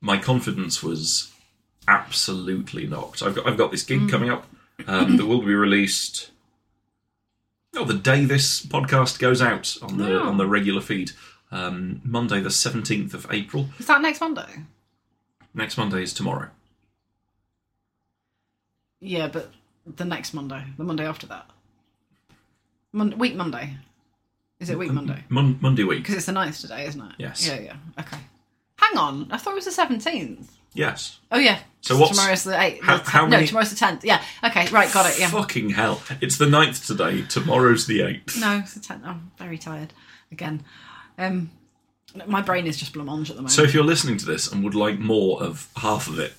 My confidence was absolutely knocked. I've got I've got this gig coming up um, that will be released. Oh, the day this podcast goes out on the on the regular feed, um, Monday the seventeenth of April.
Is that next Monday?
Next Monday is tomorrow.
Yeah, but the next Monday, the Monday after that. Mon- week Monday. Is it week Monday?
Mon- Monday week.
Because it's the 9th today, isn't it?
Yes.
Yeah, yeah. Okay. Hang on. I thought it was the 17th.
Yes.
Oh yeah.
So what's-
tomorrow's the eighth?
how-
the
how
tenth-
many-
No, tomorrow's the tenth. Yeah. Okay. Right. Got it. Uh, Yeah.
Fucking hell! It's the 9th today. Tomorrow's the eighth.
No, it's the tenth. I'm very tired again. Um, my brain is just blancmange at the moment.
So if you're listening to this and would like more of half of it,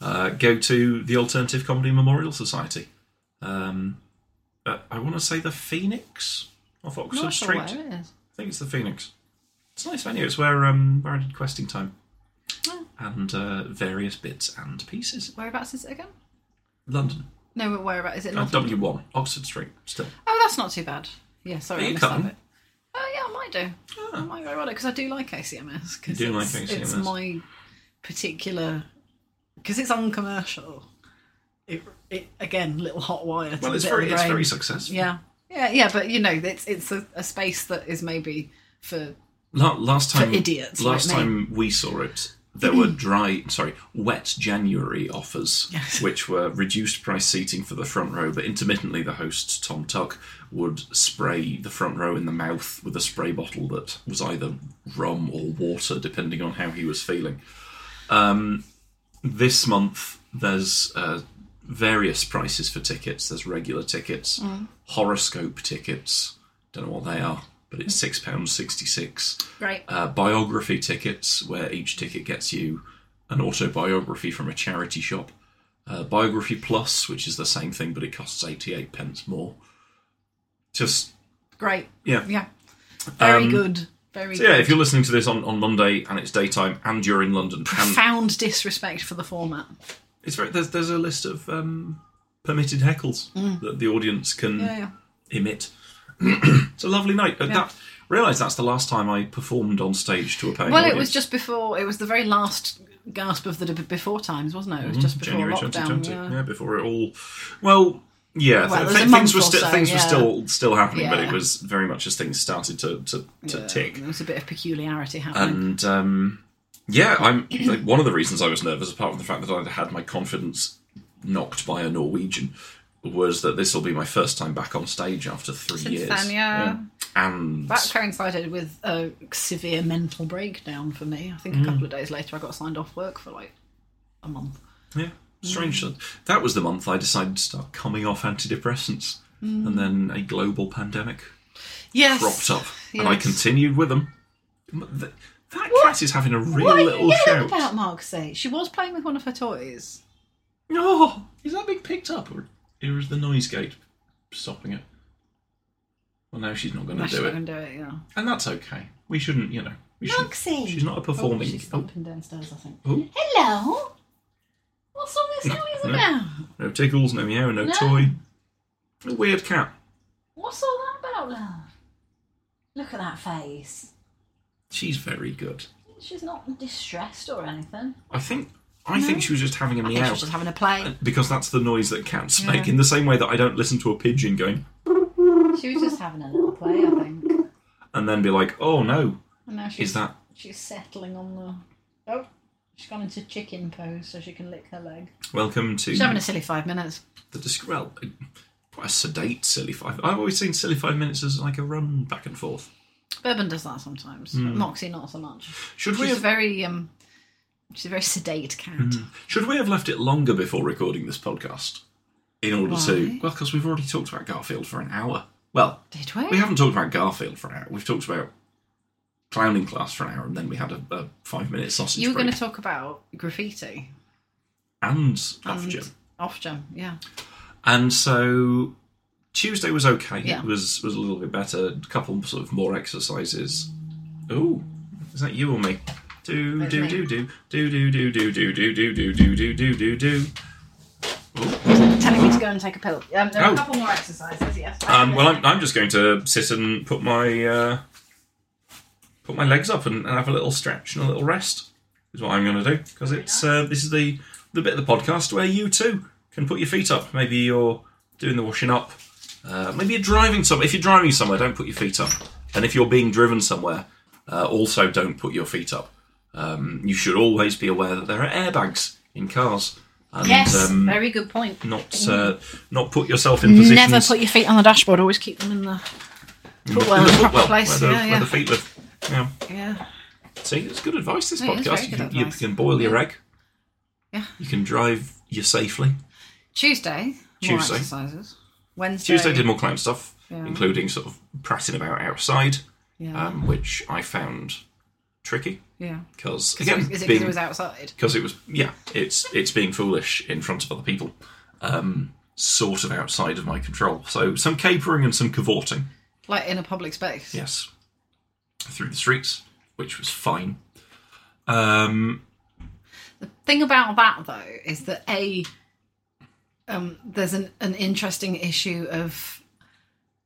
uh, go to the Alternative Comedy Memorial Society. Um, uh, I want to say the Phoenix off
I'm
Oxford
not sure
Street.
where it is.
I think it's the Phoenix. It's a nice venue. It's where um, where I did questing time and uh, various bits and pieces.
Whereabouts is it again?
London,
No, but whereabouts is it?
uh,
Not.
W one, Oxford Street. Still,
Oh, that's not too bad. Yeah. Sorry,
You
I missed that
can.
bit. Oh yeah, I might do. I might very well because I do like ACMS. Cause
You do like
it's, It's
ACMS.
my particular because it's uncommercial. It, it again, little hot wire. to
well,
the
it's
bit of
very
the
it's
brain.
very successful.
Yeah, yeah, yeah. But you know, it's it's a, a space that is maybe for
La- last time,
idiots like
Last
me.
time we saw it, there were dry, sorry, wet January offers,
Yes.
which were reduced price seating for the front row, but intermittently the host Tom Tuck would spray the front row in the mouth with a spray bottle that was either rum or water, depending on how he was feeling. Um, this month there's uh, various prices for tickets. There's regular tickets,
Mm.
horoscope tickets. Don't know what they are, but
Mm.
it's six pounds sixty six.
Right.
Uh, biography tickets, where each ticket gets you an autobiography from a charity shop. Uh, biography Plus, which is the same thing, but it costs eighty eight pence more. Just
Great.
yeah,
Yeah. Very good. Very
Um, So yeah,
good.
if you're listening to this on, on Monday and it's daytime and you're in London, and
Profound disrespect for the format.
it's very, there's there's a list of um, permitted heckles that the audience can
Mm. Yeah, yeah.
emit. it's a lovely night. Uh, That realise that's the last time I performed on stage to a paying
Well,
audience.
it was just before. It was the very last gasp of the d- before times, wasn't it? It was just before
Mm, Mm-hmm. January
lockdown.
2020.
Yeah.
Yeah. before it all. Well, yeah,
Well,
th-
it was a
things
month
were
or
still
so,
things were
yeah.
still still happening, but it
Yeah.
was very much as things started to to, to tick.
There was a bit of peculiarity happening.
and um, yeah, I'm like, one of the reasons I was nervous, apart from the fact that I'd had my confidence knocked by a Norwegian, was that this will be my first time back on stage after three
Since
years.
then, yeah.
and
that coincided with a severe mental breakdown for me. I think a
Mm-hmm.
couple of days later, I got signed off work for like a month.
yeah, strange
Mm.
that that was the month I decided to start coming off antidepressants,
Mm.
and then a global pandemic
Yes.
cropped up, and I
Yes.
continued with them. But th- That cat is having a real
What are
little
you yelling
shout.
about, Marksy? She was playing with one of her toys.
No, is that being picked up, or or is the noise gate stopping it? Well, no, she's not going to
She's
do
not
it,
gonna do it, yeah.
and that's okay. We shouldn't, you know. We shouldn't.
Roxy!
She's not a
Oh,
performing.
she's
Oh,
sleeping downstairs, I think.
oh,
Hello? What's all this noise
no.
about?
no tickles, no meow, no,
No.
toy. A weird cat.
What's all that about, love? Look at that face.
She's very good.
She's not distressed or anything.
I think. I think she was just having a
I think
meow
she's just having a play.
because that's the noise that cats make. In the same way that I don't listen to a pigeon going
She was just having a little play, I think.
and then be like, "Oh no,
And now she's
is that
she's settling on the oh. She's gone into chicken pose so she can lick her leg.
welcome to
She's having a silly five minutes.
the disc- well, uh, quite a sedate silly five. I've always seen silly five minutes as like a run back and forth.
Bourbon does that sometimes. Moxie not so much.
Should Hmm. we
She's a
have Hmm.
very um she's a very sedate cat.
should we have left it longer before recording this podcast in order to
Why?
well because we've already talked about Garfield for an hour. Well,
Did we?
we haven't talked about Garfield for an hour. We've talked about clowning class for an hour, and then we had a, a five minute sausage
you were
break
gonna talk about graffiti.
and off
and-
gym.
Off gym, yeah.
And so Tuesday was okay.
Yeah.
It was was a little bit better. A couple sort of more exercises. Ooh, is that you or me? Do
That's
do
me.
do do do do do do do do do do do do do do do.
Telling me to go and take a pill. Um, there are
Oh.
a couple more exercises, yes.
Um, well, I'm, I'm just going to sit and put my uh, put my legs up and, and have a little stretch and a little rest. Is what I'm going to do because it's uh, this is the the bit of the podcast where you too can put your feet up. Maybe you're doing the washing up. Uh, maybe you're driving somewhere. If you're driving somewhere, don't put your feet up. And if you're being driven somewhere, uh, also don't put your feet up. Um, you should always be aware that there are airbags in cars. And,
Yes,
um,
very good point.
not uh, not put yourself in positions
Never put your feet on the dashboard. Always keep them in the footwell,
in
in the
the footwell,
proper place.
where, the,
yeah,
where
yeah.
the feet live. Yeah.
yeah,
See, it's good advice. This
It is
podcast.
very
You
good
can, you
advice.
can boil your egg.
Yeah.
You can drive you safely.
Tuesday. More
Tuesday.
exercises. Wednesday.
Tuesday did more clown stuff,
Yeah.
including sort of prattling about outside,
Yeah.
um, which I found tricky
yeah.
because
So
again,
is it because
being-
it was outside?
because it was yeah it's it's being foolish in front of other people um sort of outside of my control so some capering and some cavorting
Like in a public space.
yes through the streets which was fine um
Thing about that though is that a um, there's an, an interesting issue of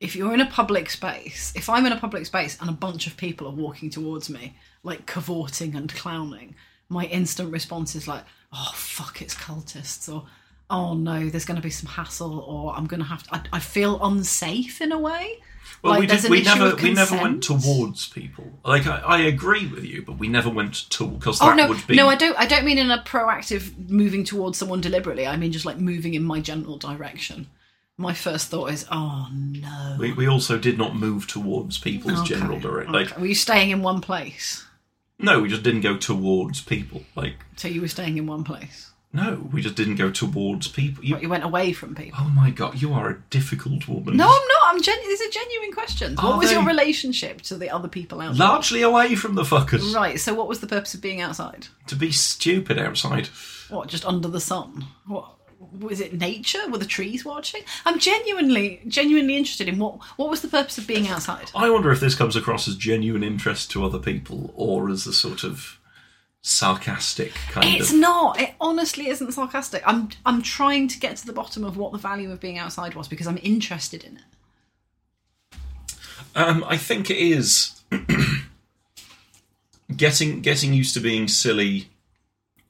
if you're in a public space, if I'm in a public space and a bunch of people are walking towards me, like cavorting and clowning, my instant response is like, oh, fuck, it's cultists, or oh no, there's going to be some hassle, or I'm going to have to, I, I feel unsafe in a way.
well
Like,
we,
there's
did,
an
we
issue
never
of
we never went
consent.
towards people like I, I agree with you but we never went to because
Oh
that
no,
would be
no, I don't. I don't mean in a proactive moving towards someone deliberately. I mean just like moving in my general direction. My first thought is, oh no.
we, we also did not move towards people's
Okay,
general direction
okay.
like
Were you staying in one place?
No, we just didn't go towards people. Like,
So you were staying in one place.
no, we just didn't go towards people. You,
But you went away from people.
oh my god, you are a difficult woman.
No, I'm not. I'm genu- these are genuine questions. What
Are
was
they?
your relationship to the other people out there?
largely away from the fuckers
Right, so what was the purpose of being outside?
to be stupid outside.
What, just under the sun? What was it nature? Were the trees watching? I'm genuinely genuinely interested in what what was the purpose of being outside?
I wonder if this comes across as genuine interest to other people or as a sort of sarcastic kind
It's
of.
not. It honestly isn't sarcastic. I'm I'm trying to get to the bottom of what the value of being outside was because I'm interested in it.
Um, I think it is getting getting used to being silly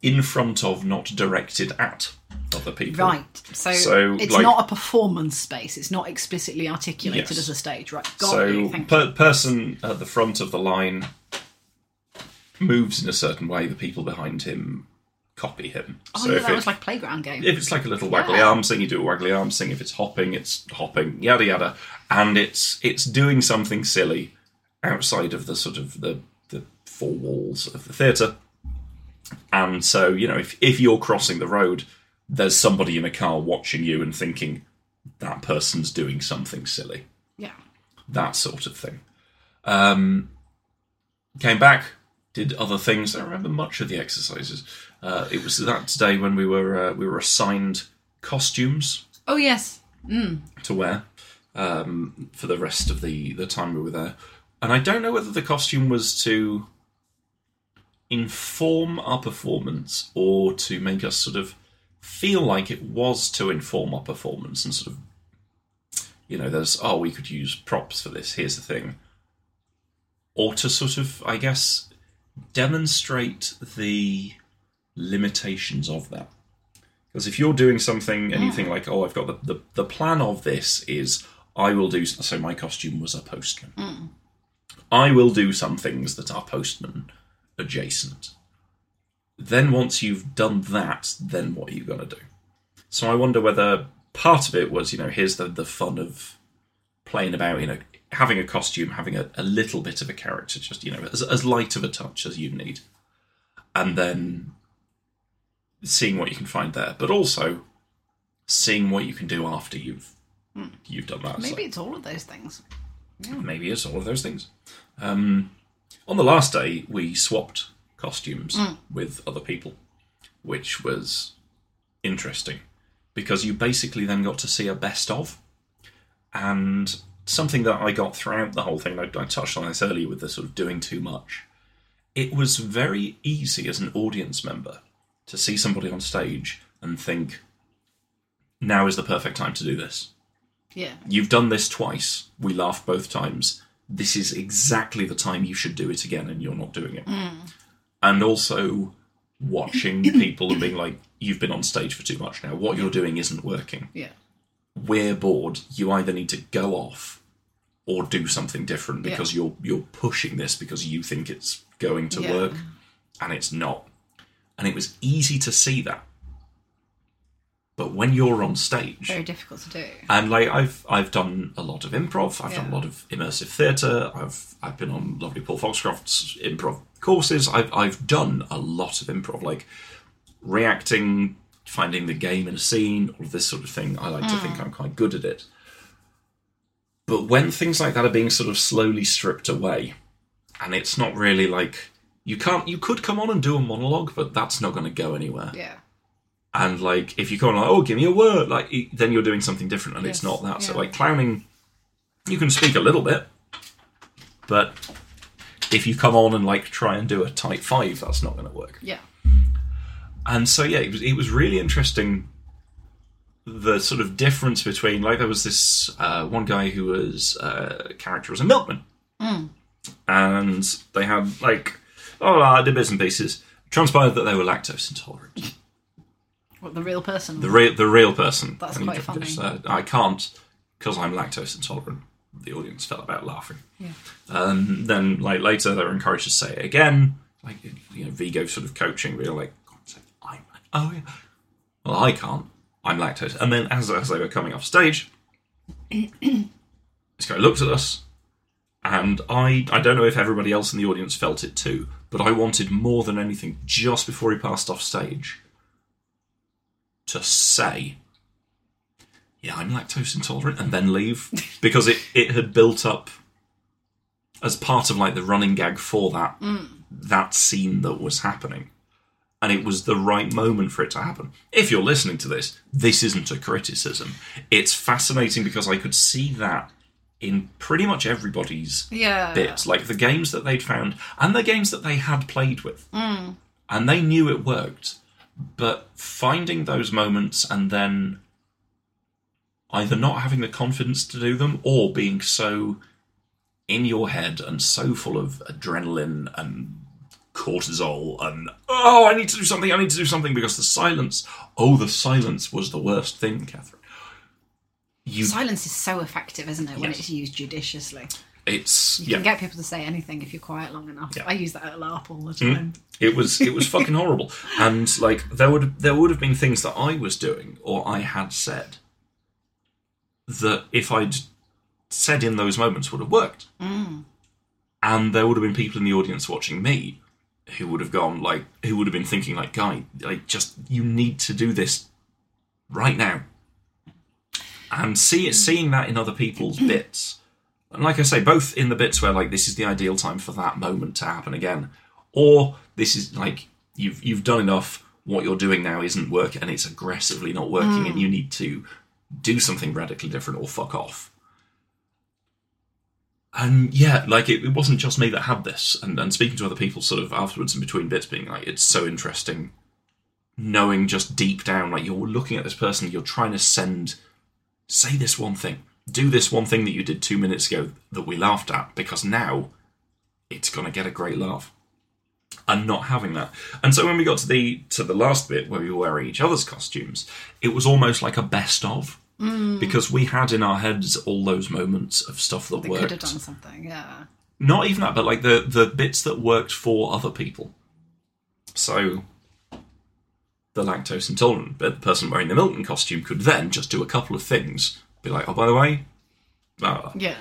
in front of, not directed at other people.
Right. So,
So,
it's
like-
not a performance space. It's not explicitly articulated
Yes.
as a stage. Right. Got
so
you. Thank you.
per- person at the front of the line moves in a certain way. The people behind him copy him.
Oh,
so
yeah,
if
that
it-
was like playground game.
if it's like a little waggly
Yeah.
arm thing, you do a waggly arm thing. If it's hopping, it's hopping, yada yada. And it's it's doing something silly outside of the sort of the, the four walls of the theatre. And so, you know, if, if you're crossing the road, there's somebody in a car watching you and thinking, that person's doing something silly.
yeah.
That sort of thing. Um, came back, did other things. I don't remember much of the exercises. Uh, it was that day when we were uh, we were assigned costumes
Oh yes.
to wear um, for the rest of the the time we were there. And I don't know whether the costume was to inform our performance or to make us sort of feel like it was to inform our performance and sort of you know there's oh we could use props for this here's the thing or to sort of i guess demonstrate the limitations of that because if you're doing something and you think like oh i've got the, the, the plan of this is i will do so my costume was a postman i will do some things that are postman adjacent then once you've done that then what are you going to do so i wonder whether part of it was you know here's the, the fun of playing about you know having a costume having a, a little bit of a character just you know as, as light of a touch as you need and then seeing what you can find there, but also seeing what you can do after you've you've done that.
Maybe it's all of those things.
So maybe it's all of those things. Um, on the last day, we swapped costumes with other people, which was interesting because you basically then got to see a best of, and something that I got throughout the whole thing. I, I touched on this earlier with the sort of doing too much. It was very easy as an audience member to see somebody on stage and think, now is the perfect time to do this.
Yeah.
You've done this twice. We laughed both times. This is exactly the time you should do it again, and you're not doing it. And also watching people and being like, you've been on stage for too much now. What you're doing isn't working.
Yeah.
We're bored. You either need to go off or do something different because you're you're pushing this because you think it's going to
Yeah.
work and it's not. And it was easy to see that. But when you're on stage,
Very difficult to do.
and like I've I've done a lot of improv, I've done a
Yeah.
lot of immersive theatre, I've I've been on lovely Paul Foxcroft's improv courses. I've I've done a lot of improv, like reacting, finding the game in a scene, all of this sort of thing. I like to think I'm quite good at it. But when things like that are being sort of slowly stripped away, and it's not really like you can't you could come on and do a monologue, but that's not gonna go anywhere
Yeah.
and like if you go on like oh give me a word like y- then you're doing something different and it's
Yes,
not that so
yeah.
like clowning you can speak a little bit but if you come on and like try and do a tight five that's not going to work
Yeah.
and so yeah it was, it was really interesting the sort of difference between like there was this uh, one guy who was uh, character was a milkman
Mm.
and they had like oh I did bits and pieces transpired that they were lactose intolerant
What the real person?
the real the real person.
That's
And he
quite
just, uh, I can't because I'm lactose intolerant. The audience fell about laughing.
Yeah.
Um, then like later they were encouraged to say it again. Like you know, Vigo sort of coaching. We were like, God's sake, I'm lact- oh yeah. Well, I can't. I'm lactose. And then as as they were coming off stage, this guy looked at us And I, I don't know if everybody else in the audience felt it too, but I wanted more than anything just before he passed off stage to say, Yeah, I'm lactose intolerant, and then leave. Because it, it had built up as part of like the running gag for that that scene that was happening. And it was the right moment for it to happen. If you're listening to this, this isn't a criticism. It's fascinating because I could see that in pretty much everybody's
Yeah.
bits, like the games that they'd found and the games that they had played with. And they knew it worked. But finding those moments and then either not having the confidence to do them or being so in your head and so full of adrenaline and cortisol and oh i need to do something i need to do something because the silence oh the silence was the worst thing catherine you
Silence is so effective, isn't it, when
Yes.
it's used judiciously?
it's
You
yeah
can get people to say anything if you're quiet long enough.
Yeah. Hmm?
I use that at LARP all the time.
It was it was fucking horrible. And like there would there would have been things that I was doing or I had said that if I'd said in those moments would have worked. And there would have been people in the audience watching me who would have gone like who would have been thinking like guy like just you need to do this right now. And see seeing that in other people's bits and like I say, both in the bits where like this is the ideal time for that moment to happen again, or this is like you've you've done enough. What you're doing now isn't working, and it's aggressively not working, and you need to do something radically different or fuck off. And yeah, like it, it wasn't just me that had this, and, and speaking to other people sort of afterwards in between bits, being like, it's so interesting knowing just deep down, like you're looking at this person, you're trying to send say this one thing, do this one thing that you did two minutes ago that we laughed at, because now it's gonna get a great laugh. And not having that. And so when we got to the to the last bit where we were wearing each other's costumes, it was almost like a best of.
Mm.
Because we had in our heads all those moments of stuff that
They
worked
could have done something, yeah.
not even that, but like the the bits that worked for other people. So the lactose intolerant but the person wearing the Milton costume could then just do a couple of things, be like, oh by the way, uh, blah, blah, blah."
Yeah.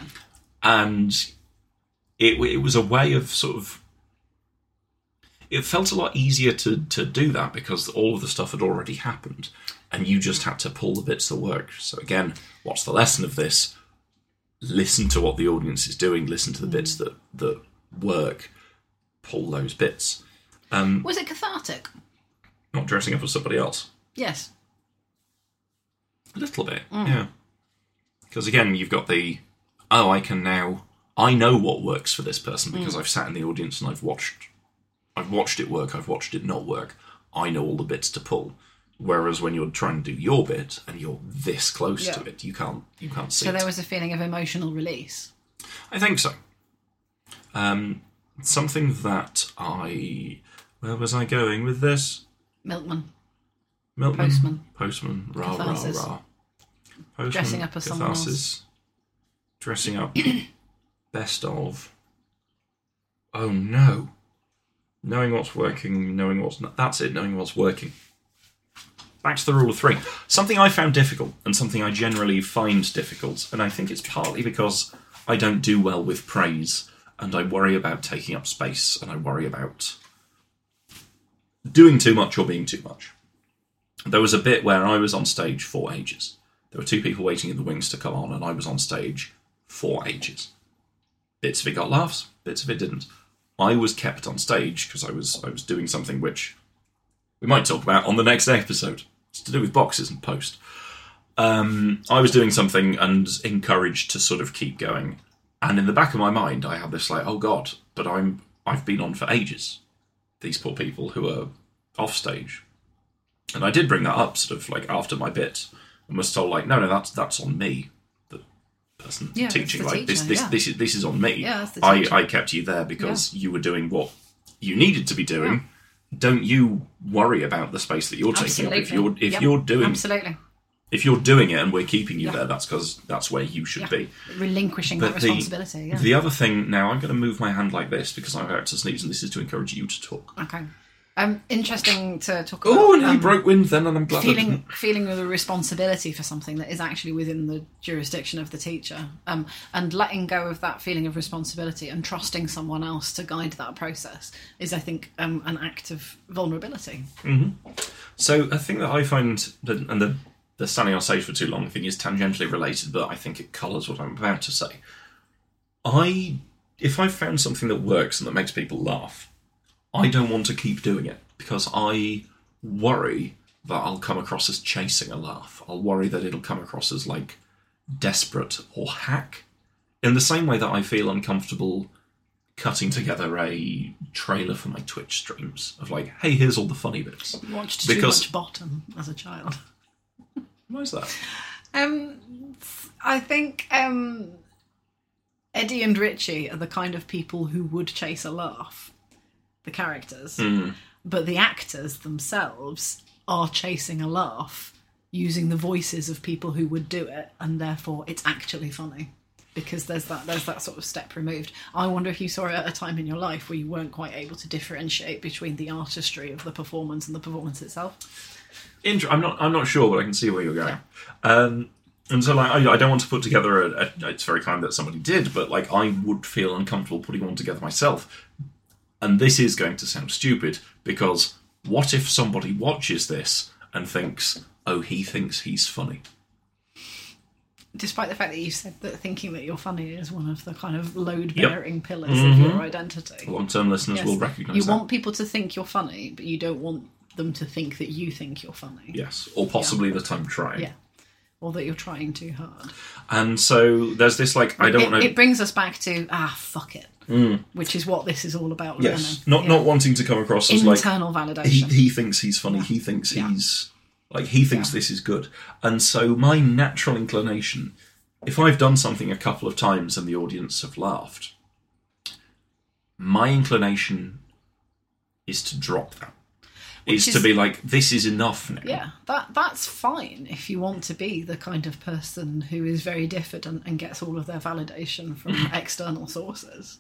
and it w- it was a way of sort of. It felt a lot easier to to do that because all of the stuff had already happened, and you just had to pull the bits that worked. So again, what's the lesson of this? listen to what the audience is doing, listen to the bits that that work, pull those bits. Um,
Was it cathartic?
not dressing up as somebody else,
Yes.
a little bit,
Mm.
yeah. Because again, you've got the oh, I can now, I know what works for this person because
Mm.
I've sat in the audience and I've watched, I've watched it work, I've watched it not work. I know all the bits to pull. Whereas when you're trying to do your bit and you're this close to
Yeah.
it, you can't you can't see.
So
it.
there was a feeling of emotional release.
I think so. Um, something that I where was I going with this?
Milkman
Milkman,
Postman.
postman, rah
Catharsis.
rah rah. Postman,
Dressing up as someone
catharsis, Dressing up. best of. Oh no. Knowing what's working, knowing what's not. That's it. Knowing what's working. Back to the rule of three. Something I found difficult, and something I generally find difficult, and I think it's partly because I don't do well with praise, and I worry about taking up space, and I worry about doing too much or being too much. There was a bit where I was on stage for ages. There were two people waiting in the wings to come on, and I was on stage for ages. Bits of it got laughs, bits of it didn't. I was kept on stage because I was I was doing something which we might talk about on the next episode. It's to do with boxes and post. Um, I was doing something and encouraged to sort of keep going. And in the back of my mind, I had this like, oh god, but I'm I've been on for ages. These poor people who are off stage and I did bring that up sort of like after my bit and was told like, no, no, that's that's on me. The person
Yeah, it's
teaching
the
like this
teacher,
this
yeah.
this is this is on me.
Yeah, that's the
I,
teacher.
I kept you there because you were doing what you needed to be doing. Don't you worry about the space that you're taking up if you're if
Yep.
you're doing
Absolutely.
if you're doing it and we're keeping you there, that's because that's where you should
Yeah.
be.
Relinquishing that
But the-
responsibility, yeah.
The other thing now, I'm going to move my hand like this because I'm about to sneeze, and this is to encourage you to talk.
okay. Um, interesting to talk about.
Oh, and he
um,
broke wind then, and I'm glad. I
feeling
didn't.
feeling the responsibility for something that is actually within the jurisdiction of the teacher um, and letting go of that feeling of responsibility and trusting someone else to guide that process is i think um, an act of vulnerability
So a thing that I find, that- and the the standing on stage for too long thing is tangentially related, but I think it colours what I'm about to say. I, if I found something that works and that makes people laugh, I don't want to keep doing it because I worry that I'll come across as chasing a laugh. I'll worry that it'll come across as like desperate or hack. In the same way that I feel uncomfortable cutting together a trailer for my Twitch streams of like, hey, here's all the funny bits.
watched
Because-
too much bottom as a child
Why's that?
um, i think um, eddie and richie are the kind of people who would chase a laugh the characters but the actors themselves are chasing a laugh using the voices of people who would do it and therefore it's actually funny because there's that there's that sort of step removed i wonder if you saw it at a time in your life where you weren't quite able to differentiate between the artistry of the performance and the performance itself
Inter- I'm not. I'm not sure, but I can see where you're going. Um, and so, like, I, I don't want to put together a, a. It's very kind that somebody did, but like, I would feel uncomfortable putting one together myself. And this is going to sound stupid because what if somebody watches this and thinks, "Oh, he thinks he's funny."
despite the fact that you said that thinking that you're funny is one of the kind of load bearing pillars of
Mm-hmm.
your identity
Long-term listeners
Yes.
will recognise
you
that.
want people to think you're funny but you don't want them to think that you think you're funny
yes, or possibly that I'm trying.
Yeah. or that you're trying too hard
And so there's this like, I don't
it,
know.
it brings us back to ah fuck it, which is what this is all about.
yes,
learning.
not not wanting to come across as like
internal
he,
validation.
he thinks he's funny. He thinks he's like he thinks this is good. And so my natural inclination, if I've done something a couple of times and the audience have laughed, my inclination is to drop that. Is,
Which
to
is-
be like this is enough now.
yeah, that that's fine if you want to be the kind of person who is very diffident and gets all of their validation from external sources.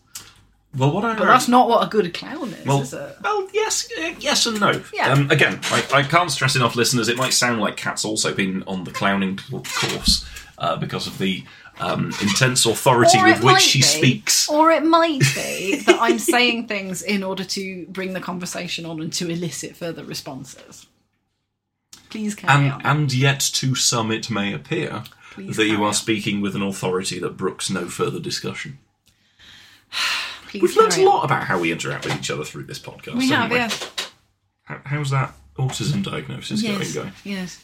Well, what I
But that's not what a good clown is,
Well,
is it?
well, yes, uh, yes and no.
Yeah.
Um, again, I, I can't stress enough, listeners. It might sound like Cat's also been on the clowning cl- course uh, because of the um, intense authority
Or
with
it
which
might
she
be-
speaks.
Or it might be that I'm saying things in order to bring the conversation on and to elicit further responses. Please carry
and,
on.
and yet to some it may appear
Please
that you
carry
are
on.
speaking with an authority that brooks no further discussion.
Please
We've learned
carry
a
on.
lot about how we interact with each other through this podcast.
We have,
haven't
yes.
How- How's that autism diagnosis
Yes.
going? Guy?
Yes.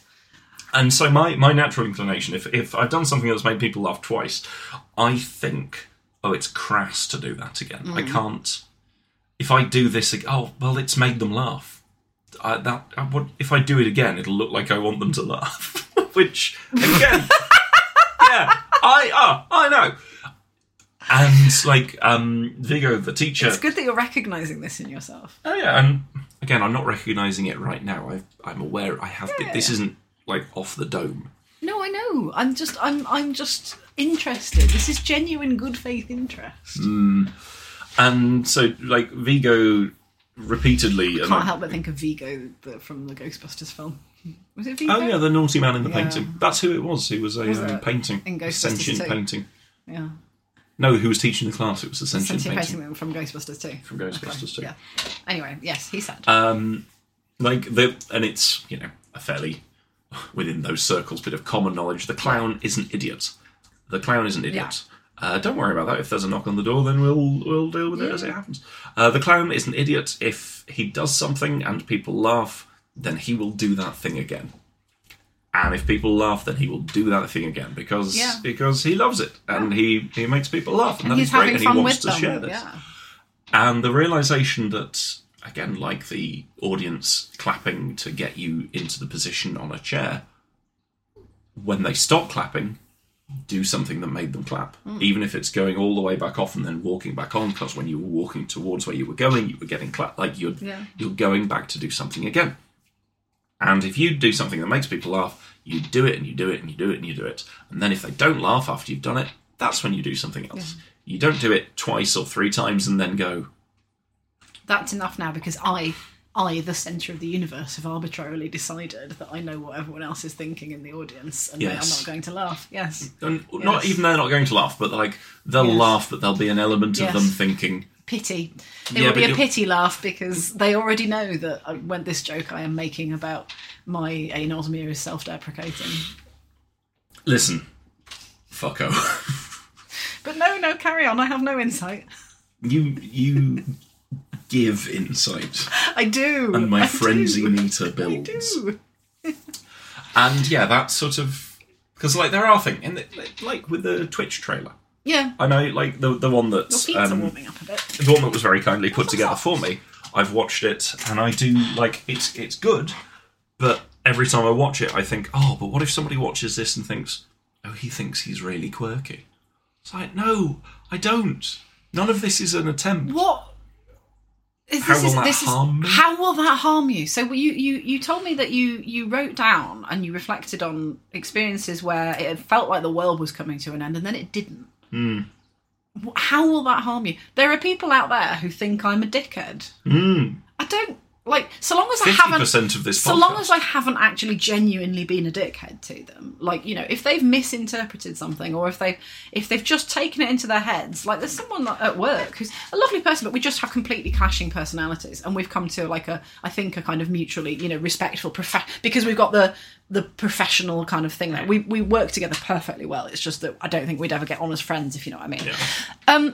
And so my, my natural inclination, if, if I've done something that's made people laugh twice, I think, oh, it's crass to do that again. I
Mm-hmm.
can't. If I do this, ag- oh well, it's made them laugh. I, that I, would if I do it again, it'll look like I want them to laugh. Which again, yeah, I ah, I know. And like um, Vigo, the teacher,
It's good that you're recognizing this in yourself.
Oh yeah, and again, I'm not recognizing it right now. I've, I'm aware I have been. This isn't like off the dome.
No, I know. I'm just I'm I'm just interested. This is genuine good faith interest.
Mm. And so, like Vigo, repeatedly. and
Can't help but think of Vigo the, from the Ghostbusters film. Was it Vigo?
Oh yeah, the naughty man in the
Yeah.
painting. That's who it was. He was a
Was
um,
it?
painting,
In
a
Ghostbusters
sentient
too?
painting.
Yeah.
No, who was teaching the class? It was a sentient,
Sentient
painting.
facing them from Ghostbusters too.
From Ghostbusters too.
Yeah. Anyway, yes, he said.
Um, like the and it's you know a fairly within those circles bit of common knowledge. The clown is an idiot. The clown is an idiot. Uh, don't worry about that. If there's a knock on the door, then we'll we'll deal with it as it happens. Uh, the clown is an idiot. If he does something and people laugh, then he will do that thing again. And if people laugh, then he will do that thing again because
Yeah.
because he loves it and he, he makes people laugh and, that is
He's
great
having
and he
fun
wants
with
to
them.
share this.
Yeah.
And the realization that, again, like the audience clapping to get you into the position on a chair, when they stop clapping, do something that made them clap. Even if it's going all the way back off and then walking back on, because when you were walking towards where you were going, you were getting clapped. Like you're,
Yeah.
you're going back to do something again. And if you do something that makes people laugh, you do it and you do it and you do it and you do it. And then if they don't laugh after you've done it, that's when you do something else. You don't do it twice or three times and then go,
That's enough now because I I, the centre of the universe, have arbitrarily decided that I know what everyone else is thinking in the audience and they
Yes.
are not going to laugh. Yes.
And not
Yes.
even they're not going to laugh, but like they'll
Yes.
laugh, but there'll be an element
Yes.
of them thinking.
Pity. It
Yeah,
will be
but
a
you-
pity laugh because they already know that I, when this joke I am making about my anosmia is self deprecating.
Listen, fucko.
But no, no, carry on. I have no insight.
You you give insight,
I do.
and my
I
frenzy
do.
meter
I
builds.
do.
And yeah, that's sort of because like there are things, and it- like with the Twitch trailer,
Yeah.
I know like the the one
Your
that's
feet are
um,
warming up a bit.
the one that was very kindly put together for me. I've watched it, and I do like it's it's good, but every time I watch it, I think, oh, but what if somebody watches this and thinks, oh, he thinks he's really quirky? It's like, no, I don't. None of this is an attempt.
What? Is
How
this
will
is,
that
this is-
harm me?
How will that harm you? So you, you you told me that you you wrote down and you reflected on experiences where it had felt like the world was coming to an end and then it didn't.
Hmm.
Wh- How will that harm you? There are people out there who think I'm a dickhead.
Mm.
I don't like so long as I
Fifty
haven't
percent of this.
so
podcast.
long as I haven't actually genuinely been a dickhead to them, like you know, if they've misinterpreted something or if they've if they've just taken it into their heads, like there's someone that- at work who's a lovely person, but we just have completely clashing personalities, and we've come to like a I think a kind of mutually you know respectful prof because we've got the the professional kind of thing that we we work together perfectly well. It's just that I don't think we'd ever get on as friends if you know what I mean. Um,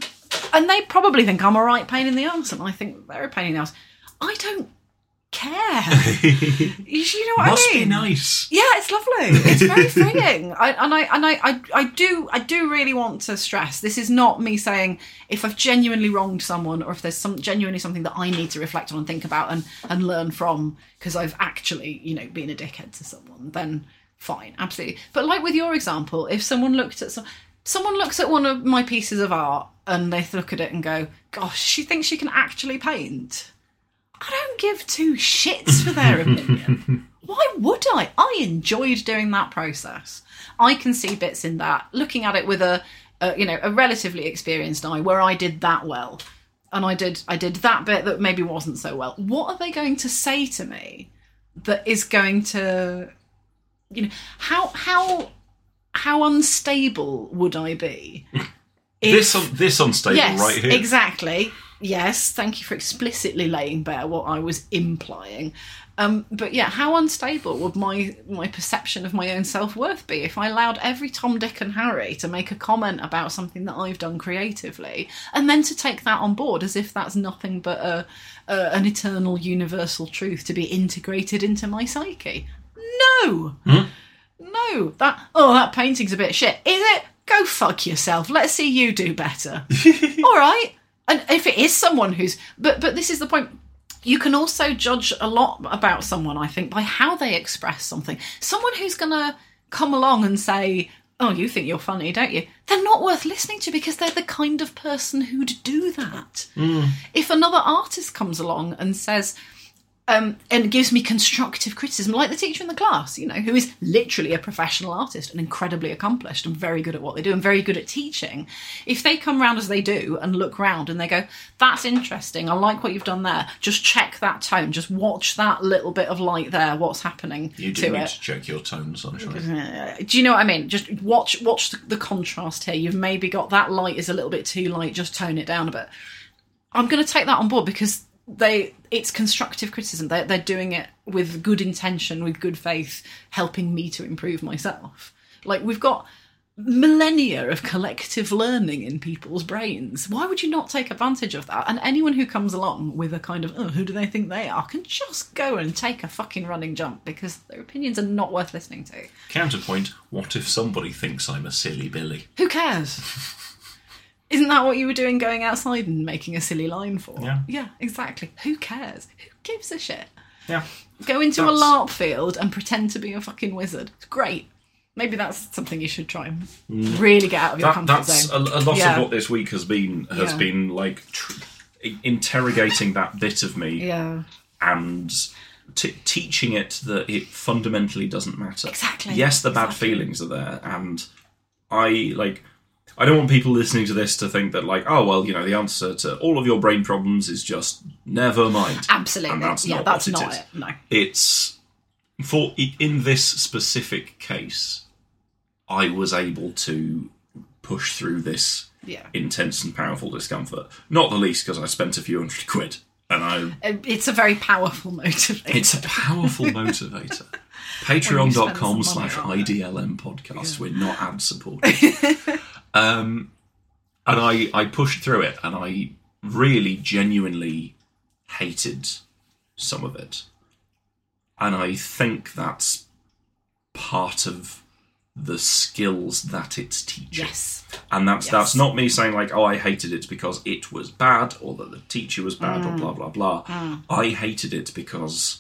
and they probably think I'm a right pain in the ass, and I think they're a pain in the ass. I don't care. you you know what
Must
I mean?
be nice.
Yeah, it's lovely. It's very freeing. I, and I and I, I I do I do really want to stress this is not me saying if I've genuinely wronged someone or if there's some genuinely something that I need to reflect on and think about and and learn from because I've actually you know been a dickhead to someone then fine absolutely. But like with your example, if someone looked at some someone looks at one of my pieces of art and they look at it and go, "Gosh, she thinks she can actually paint." I don't give two shits for their opinion. Why would I? I enjoyed doing that process. I can see bits in that, looking at it with a, a you know, a relatively experienced eye, where I did that well, and I did I did that bit that maybe wasn't so well. What are they going to say to me that is going to, you know, how how how unstable would I be?
This on this unstable
Yes,
right here.
exactly. Yes, thank you for explicitly laying bare what I was implying. Um, but yeah, how unstable would my my perception of my own self worth be if I allowed every Tom, Dick, and Harry to make a comment about something that I've done creatively, and then to take that on board as if that's nothing but a, a an eternal, universal truth to be integrated into my psyche? No.
Hmm?
No, that oh that painting's a bit shit. Is it? Go fuck yourself. Let's see you do better. All right. And if it is someone who's but but this is the point. You can also judge a lot about someone, I think, by how they express something. Someone who's gonna come along and say, Oh, you think you're funny, don't you? They're not worth listening to because they're the kind of person who'd do that. If another artist comes along and says, um, and gives me constructive criticism, like the teacher in the class, you know, who is literally a professional artist and incredibly accomplished and very good at what they do and very good at teaching. If they come round as they do and look round and they go, "That's interesting. I like what you've done there. Just check that tone. Just watch that little bit of light there. What's happening
You do
to
need
it?"
to check your tone, sunshine.
Uh, do you know what I mean? Just watch watch the, the contrast here. You've maybe got that light is a little bit too light. Just tone it down a bit. I'm going to take that on board because they it's constructive criticism. They're, they're doing it with good intention, with good faith, helping me to improve myself. Like we've got millennia of collective learning in people's brains. Why would you not take advantage of that? And anyone who comes along with a kind of, oh, who do they think they are, can just go and take a fucking running jump because their opinions are not worth listening to.
Counterpoint: What if somebody thinks I'm a silly Billy?
Who cares? Isn't that what you were doing going outside and making a silly line for?
Yeah.
exactly. Who cares? Who gives a shit?
Yeah.
Go into a
That's-
LARP field and pretend to be a fucking wizard. It's great. Maybe that's something you should try and really get out of your
Mm. That,
comfort
that's a,
zone.
a lot
Yeah.
of what this week has been. Has
Yeah.
been like tr- i- interrogating that bit of me
yeah.
and t- teaching it that it fundamentally doesn't matter.
Exactly.
Yes, the bad feelings are there, and I like I don't want people listening to this to think that, like, oh, well, you know, the answer to all of your brain problems is just never mind.
Absolutely.
And that's
yeah,
not
that's
what it
not
is.
it. No.
It's for in this specific case, I was able to push through this
Yeah.
intense and powerful discomfort. Not the least because I spent a few hundred quid, and I
It- Uh, It's a very powerful motivator.
it's a powerful motivator.
When you spend some
Patreon.com
money
slash
on it.
IDLM podcast. We're not ad supported. um, and I, I pushed through it and I really genuinely hated some of it. And I think that's part of the skills that it's teaching.
yes.
And that's
Yes.
that's not me saying like, oh, I hated it because it was bad or that the teacher was bad
Mm.
or blah blah blah. I hated it because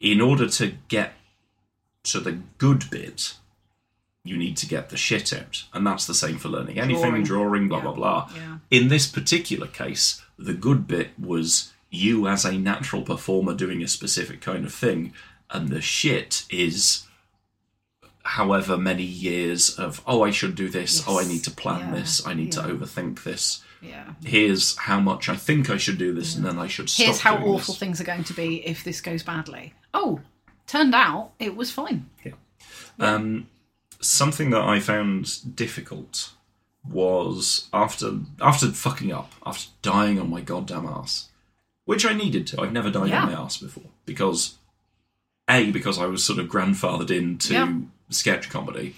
in order to get to the good bit, you need to get the shit out. And that's the same for learning anything,
Drawing.
drawing, blah blah blah.
Yeah.
In this particular case, the good bit was you as a natural performer doing a specific kind of thing, and the shit is however many years of oh I should do this, oh I
Yes.
need to plan
Yeah.
this, I need to
Yeah.
overthink this.
Yeah.
Here's how much I think I should do this, and then I should stop.
Here's how
doing
awful
this.
things are going to be if this goes badly. Oh, turned out it was fine.
Um, something that I found difficult was after after fucking up, after dying on my goddamn ass, which I needed to. I've never died
Yeah.
on my ass before because a because I was sort of grandfathered into
Yeah.
sketch comedy,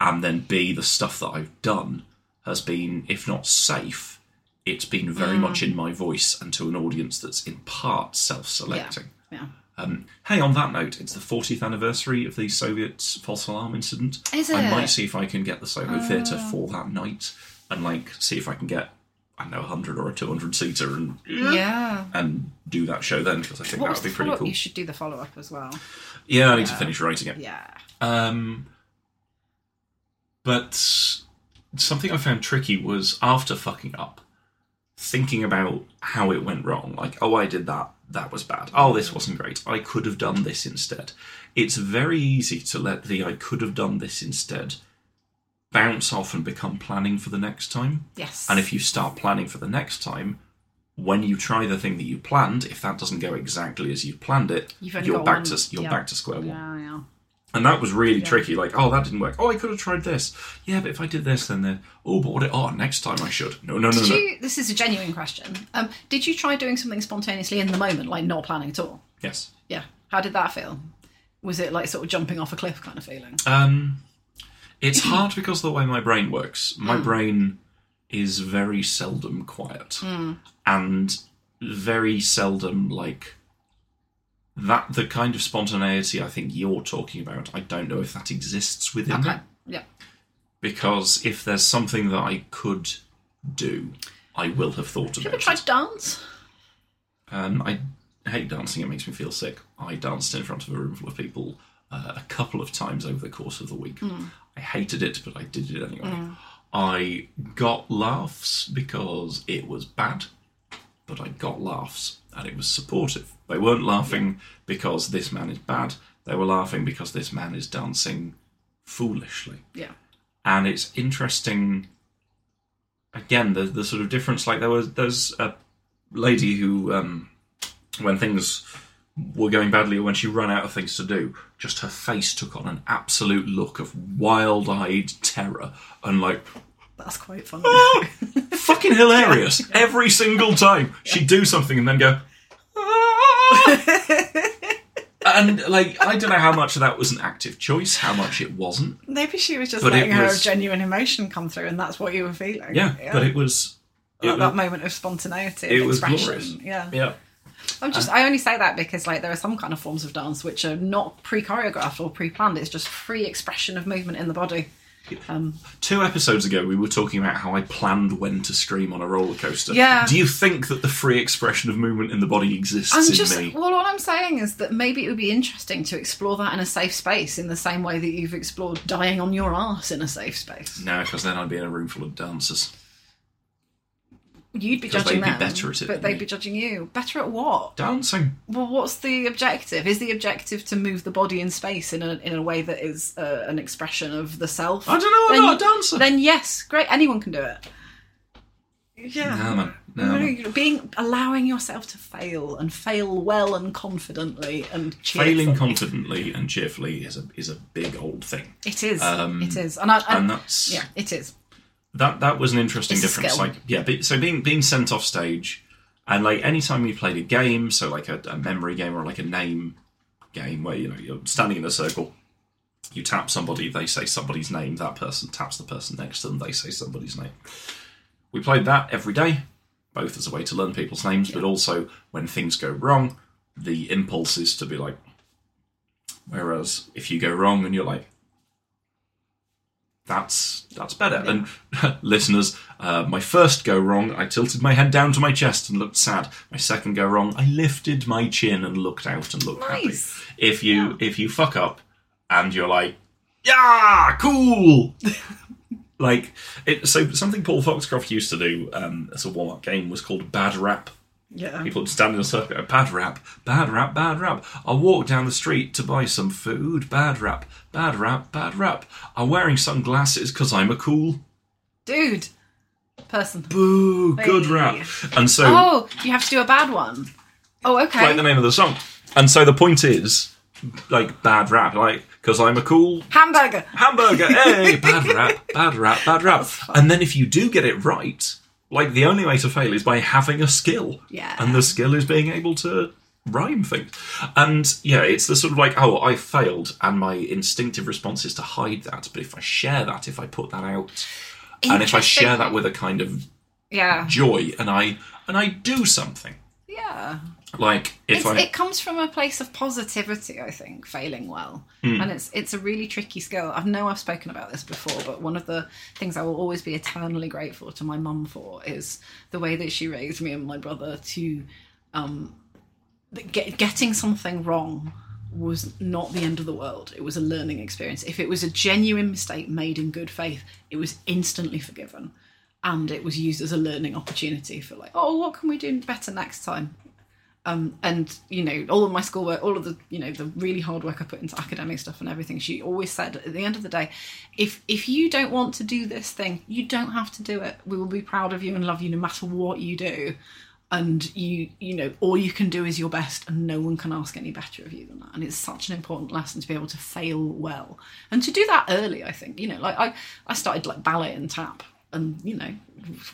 and then b the stuff that I've done has been, if not safe, it's been
Mm.
very much in my voice and to an audience that's in part self-selecting.
Yeah.
Um, hey, on that note, it's the 40th anniversary of the Soviet false alarm incident.
Is
I
it? Oh.
might see if I can get the Soho Theatre for that night and like see if I can get I don't know a hundred or a two hundred seater and
Yeah.
and do that show then because I think
What
that
was
would
the
be pretty
follow-up?
cool.
You should do the follow-up as well.
Yeah, I need to finish writing it.
Yeah.
Um, but something I found tricky was after fucking up, thinking about how it went wrong. Like, oh, I did that. That was bad. Oh, this wasn't great. I could have done this instead. It's very easy to let the I could have done this instead bounce off and become planning for the next time.
Yes.
And if you start planning for the next time, when you try the thing that you planned, if that doesn't go exactly as you planned it,
You've only
you're
got
back
one.
to you're
Yeah.
back to square one.
Yeah. Yeah.
And that was really tricky. Like, oh, that didn't work. Oh, I could have tried this. Yeah, but if I did this, then the oh, but what? It, oh, next time I should. No, no, no,
Did
no.
you? This is a genuine question. Um, did you try doing something spontaneously in the moment, like not planning at all?
Yes.
Yeah. How did that feel? Was it like sort of jumping off a cliff kind of feeling?
Um, it's hard because of the way my brain works. My brain is very seldom quiet and very seldom like that. The kind of spontaneity I think you're talking about, I don't know if that exists within
Okay.
that.
Yeah.
Because if there's something that I could do, I will have thought about
Have you ever
it.
tried dance?
Um, I hate dancing; it makes me feel sick. I danced in front of a room full of people uh, a couple of times over the course of the week. I hated it, but I did it anyway. I got laughs because it was bad, but I got laughs, and it was supportive. They weren't laughing because this man is bad; they were laughing because this man is dancing foolishly
Yeah.
and it's interesting again the the sort of difference like there was there's a lady who um when things were going badly or when she ran out of things to do just her face took on an absolute look of wild-eyed terror and like
That's quite funny.
fucking hilarious every single time she'd do something and then go "Ah!" and like i don't know how much of that was an active choice how much it wasn't
Maybe she was just
But it
letting her
was-
genuine emotion come through, and that's what you were feeling.
Yeah, but it was. It
Like that
was
moment of spontaneity,
it
of
was
expression.
glorious.
Yeah.
yeah.
I'm just. I only say that because like there are some kind of forms of dance which are not pre-choreographed or pre-planned. It's just free expression of movement in the body.
Two episodes ago, we were talking about how I planned when to scream on a roller coaster.
Yeah.
Do you think that the free expression of movement in the body exists
I'm
in
just.
me?
Well, what I'm saying is that maybe it would be interesting to explore that in a safe space, in the same way that you've explored dying on your ass in a safe space.
No, because then I'd be in a room full of dancers.
You'd be
'Cause
judging
they'd be
them,
better at it
but
than
they'd
me.
be judging you. Better at what?
Dancing.
Well, what's the objective? Is the objective to move the body in space in a in a way that is uh, an expression of the self?
I don't know, I'm
Then-
not a dancer.
Then yes, great, anyone can do it. Yeah.
No, man. No, man.
Being allowing yourself to fail and fail well and confidently and cheerfully.
Failing confidently and cheerfully is a is a big old thing.
It is.
Um,
it is. And I, I
and that's
yeah, it is.
that that was an interesting
It's a
difference.
skill.
Like yeah, be, so being being sent off stage, and like anytime we played a game, so like a, a memory game or like a name game where you know you're standing in a circle, you tap somebody, they say somebody's name, that person taps the person next to them, they say somebody's name. We played that every day, both as a way to learn people's names, but also when things go wrong, the impulse is to be like. Whereas if you go wrong and you're like, that's that's better. And listeners, uh, my first go wrong, I tilted my head down to my chest and looked sad. My second go wrong, I lifted my chin and looked out and looked
Nice.
happy. If you if you fuck up and you're like, yeah, cool. like it, so something Paul Foxcroft used to do um, as a warm up game was called bad rap.
Yeah.
People would stand in a circle, "Uh, bad rap, bad rap, bad rap. I walk down the street to buy some food, bad rap, bad rap, bad rap. I'm wearing sunglasses because I'm a cool
Dude. Person.
boo, good
Hey.
rap. And so,
Oh, you have to do a bad one. Oh, okay.
like the name of the song. And so the point is, like, bad rap, like, because I'm a cool
Hamburger.
hamburger, hey, bad rap, bad rap, bad rap. And then if you do get it right, like, the only way to fail is by having a skill.
Yeah.
And the skill is being able to rhyme things. And yeah, it's the sort of like, oh, I failed, and my instinctive response is to hide that. But if I share that, if I put that out, and if I share
Interesting.
that with a kind of
Yeah.
joy, and I and I do something,
Yeah.
like if
It's,
I
it comes from a place of positivity, I think, failing well, and it's it's a really tricky skill. I know I've spoken about this before, but one of the things I will always be eternally grateful to my mum for is the way that she raised me and my brother to that get, getting something wrong was not the end of the world. It was a learning experience. If it was a genuine mistake made in good faith, it was instantly forgiven. And it was used as a learning opportunity for like, oh, what can we do better next time? Um, and you know, all of my schoolwork, all of the you know, the really hard work I put into academic stuff and everything. She always said at the end of the day, if if you don't want to do this thing, you don't have to do it. We will be proud of you and love you no matter what you do and you you know all you can do is your best and no one can ask any better of you than that and it's such an important lesson to be able to fail well and to do that early i think you know like i i started like ballet and tap and you know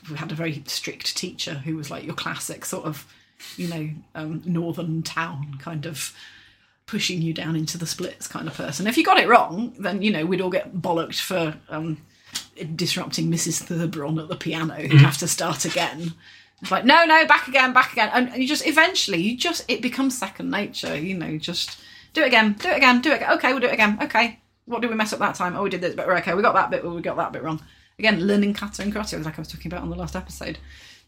we had a very strict teacher who was like your classic sort of you know um, northern town kind of pushing you down into the splits kind of person if you got it wrong then you know we'd all get bollocked for um, disrupting Mrs. Thurbron at the piano, you'd have to start again. It's like, no, no, back again, back again. And you just eventually you just it becomes second nature, you know, just do it again, do it again, do it again. Okay, we'll do it again. Okay. What did we mess up that time? Oh we did this bit, okay, we got that bit, we got that bit wrong. Again, learning kata and karate, like I was talking about on the last episode.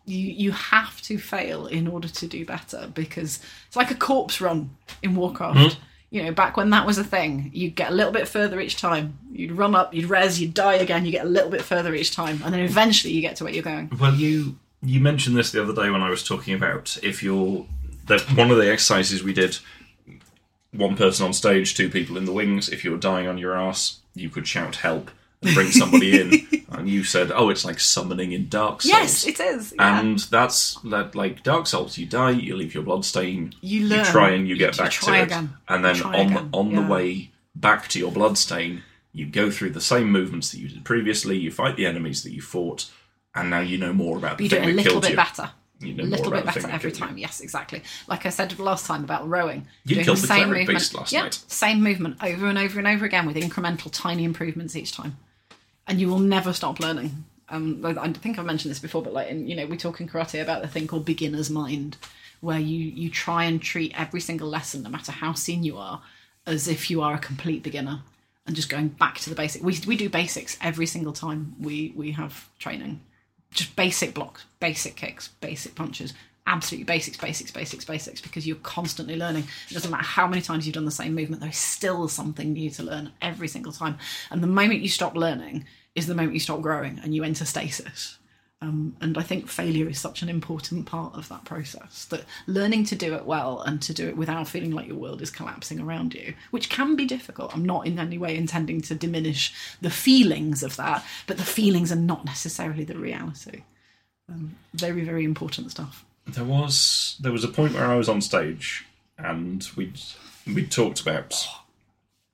You you have to fail in order to do better because it's like a corpse run in Warcraft
Hmm?
you know, back when that was a thing, you'd get a little bit further each time. You'd run up, you'd res, you'd die again, you get a little bit further each time, and then eventually you get to where you're going.
Well, you you mentioned this the other day when I was talking about if you're that one of the exercises we did, one person on stage, two people in the wings. If you were dying on your ass, you could shout help and bring somebody in. And you said, "Oh, it's like summoning in Dark Souls."
Yes, it is. Yeah.
And that's that, like Dark Souls. You die, you leave your blood stain.
You learn.
try and you get
You
back
try
to
again.
it, and then
You try
on
again,
on
yeah.
the way back to your blood stain, you go through the same movements that you did previously. You fight the enemies that you fought, and now you know more about the
you do
thing
it a
that
little
killed
bit
you.
better.
You know
A little
more
bit
about
better
the thing that
every
killed you.
time, yes, exactly. Like I said last time about rowing.
You
doing
killed
the,
the
same
cleric
movement.
beast last
yeah,
night.
Same movement over and over and over again with incremental tiny improvements each time. And you will never stop learning. Um, I I think I've mentioned this before, but like in, you know, we talk in karate about the thing called beginner's mind, where you you try and treat every single lesson, no matter how seen you are, as if you are a complete beginner and just going back to the basic. We we do basics every single time we we have training just basic blocks, basic kicks, basic punches, absolutely basics, basics, basics, basics, because you're constantly learning. It doesn't matter how many times you've done the same movement, there's still something new to learn every single time. And the moment you stop learning is the moment you stop growing and you enter stasis. Um, and I think failure is such an important part of that process that learning to do it well and to do it without feeling like your world is collapsing around you, which can be difficult. I'm not in any way intending to diminish the feelings of that, but the feelings are not necessarily the reality. Um, very, very important stuff.
There was there was a point where I was on stage and we we talked about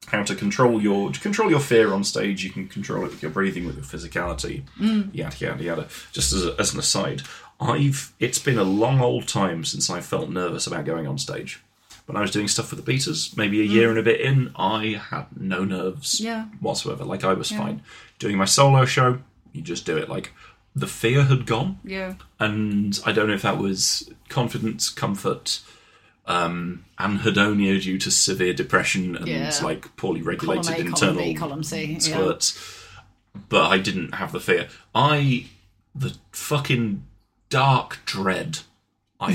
how to control your to control your fear on stage. You can control it with your breathing, with your physicality, yada yada yada. Just as, a, as an aside, I've it's been a long old time since I felt nervous about going on stage. When I was doing stuff for the Beaters, maybe a year and a bit in, I had no nerves
Yeah.
whatsoever. Like I was fine. Doing my solo show, you just do it. Like the fear had gone
Yeah.
and I don't know if that was confidence, comfort, um, anhedonia due to severe depression and
Yeah.
like poorly
Column
regulated
A, column
internal
B, column C. Yeah.
squirts. But I didn't have the fear. I the fucking dark dread I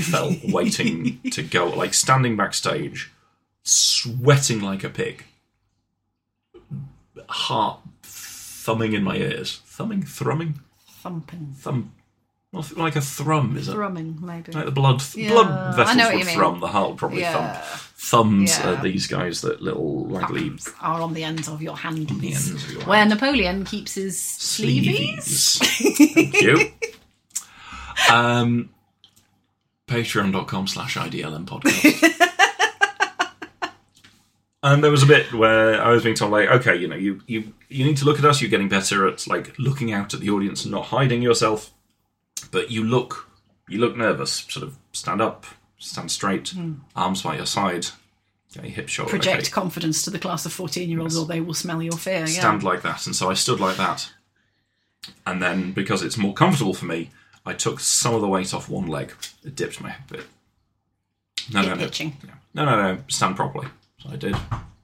felt waiting to go, like standing backstage, sweating like a pig, heart thumbing in my ears, thumbing, thrumming,
Thumping.
thumb, well, like a thrum, is it?
Thrumming, maybe.
Like the blood,
Yeah,
blood
I know
vessels
what you
would
mean.
thrum. The heart would probably
Yeah.
thump. Thumbs
Yeah.
are these guys that little raggly
Thumbs Are on the ends of your handies.
ends of your
Where Napoleon keeps his sleeveys.
sleeveys. Thank you. Um, Patreon.com slash IDLM podcast. and there was a bit where I was being told, like, okay, you know, you, you, you need to look at us. You're getting better at, like, looking out at the audience and not hiding yourself. But you look, you look nervous. Sort of stand up, stand straight, arms by your side. Okay, hip shoulder.
Project
okay.
confidence to the class of 14 year olds or they will smell your fear. Yeah.
stand like that. And so I stood like that. And then because it's more comfortable for me, I took some of the weight off one leg. It dipped my hip a bit. No,
Hip
no, no.
hitching.
Yeah. No, no, no. Stand properly. So I did.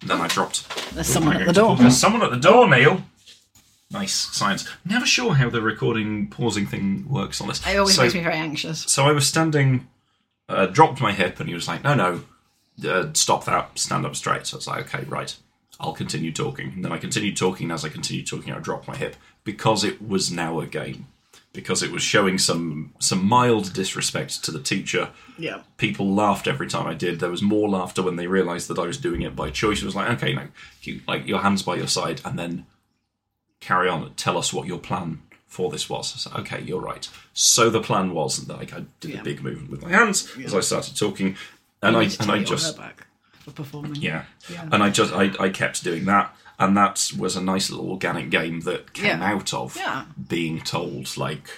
And then I dropped.
There's someone at the
Oh,
door.
There's someone at the door, Neil. Nice science. Never sure how the recording pausing thing works on this.
It always
so,
makes me very anxious.
so I was standing, uh, dropped my hip, and he was like, "No, no, uh, stop that. Stand up straight." So I was like, "Okay, right. I'll continue talking." And then I continued talking. And as I continued talking, I dropped my hip because it was now a game, because it was showing some some mild disrespect to the teacher.
Yeah.
People laughed every time I did. There was more laughter when they realised that I was doing it by choice. It was like, "Okay, no, keep like your hands by your side, and then carry on. Tell us what your plan for this was. I said, okay, you're right. So the plan was that like, I did
Yeah.
a big movement with my hands as I started talking, and I and I just
back for performing.
yeah.
Yeah.
and I just I, I kept doing that, and that was a nice little organic game that came
Yeah.
out of
Yeah.
being told like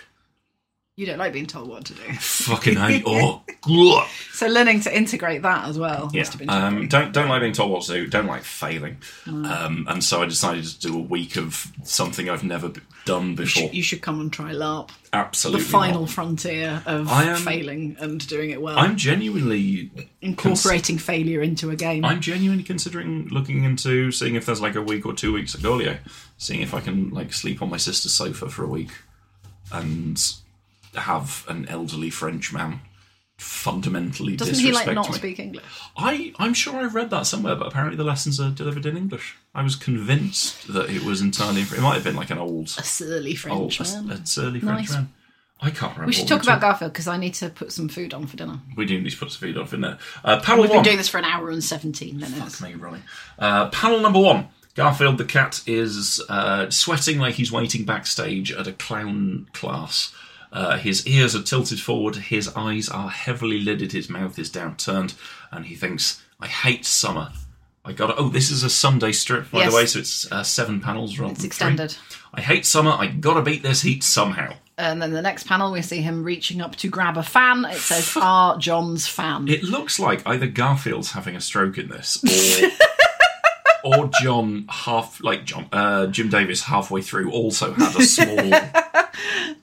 You don't like being told what to do.
fucking oh, hate or gluck.
So learning to integrate that as well must have been Mm.
Um,
tricky.
don't don't like being told what to do. Don't like failing. Um, and so I decided to do a week of something I've never b- done
You
before.
should- you should come and try LARP, the
Absolutely,
final
not.
frontier of
I am-
failing and doing it well,
I'm genuinely
incorporating failure into a game.
I'm genuinely considering looking into seeing if there's like a week or two weeks at Golio, seeing if I can like sleep on my sister's sofa for a week and have an elderly French man fundamentally
Doesn't he
disrespect
like not
me.
speak English?
I I'm sure I read that somewhere, but apparently the lessons are delivered in English. I was convinced that it was entirely. It might have been like an old,
A surly
old,
Frenchman.
a surly
Nice.
French man. I can't remember.
we should
what
talk about
talked-
Garfield because I need to put some food on for dinner.
We do need to put some feed off in there. Uh, panel
We've
one.
been doing this for an hour and 17 minutes.
Fuck me, Ronnie. Uh, panel number one. Garfield the cat is uh, sweating like he's waiting backstage at a clown class. Uh, his ears are tilted forward, his eyes are heavily lidded, his mouth is downturned, and he thinks, "I hate summer." I got to Oh, this is a Sunday strip, by
Yes.
the way, so it's uh, seven panels rather
It's
than
extended.
Three. I hate summer. I gotta beat this heat somehow.
And then the next panel, we see him reaching up to grab a fan. It says, R. John's fan.
It looks like either Garfield's having a stroke in this, or, or John half like John uh, Jim Davis halfway through also had a small a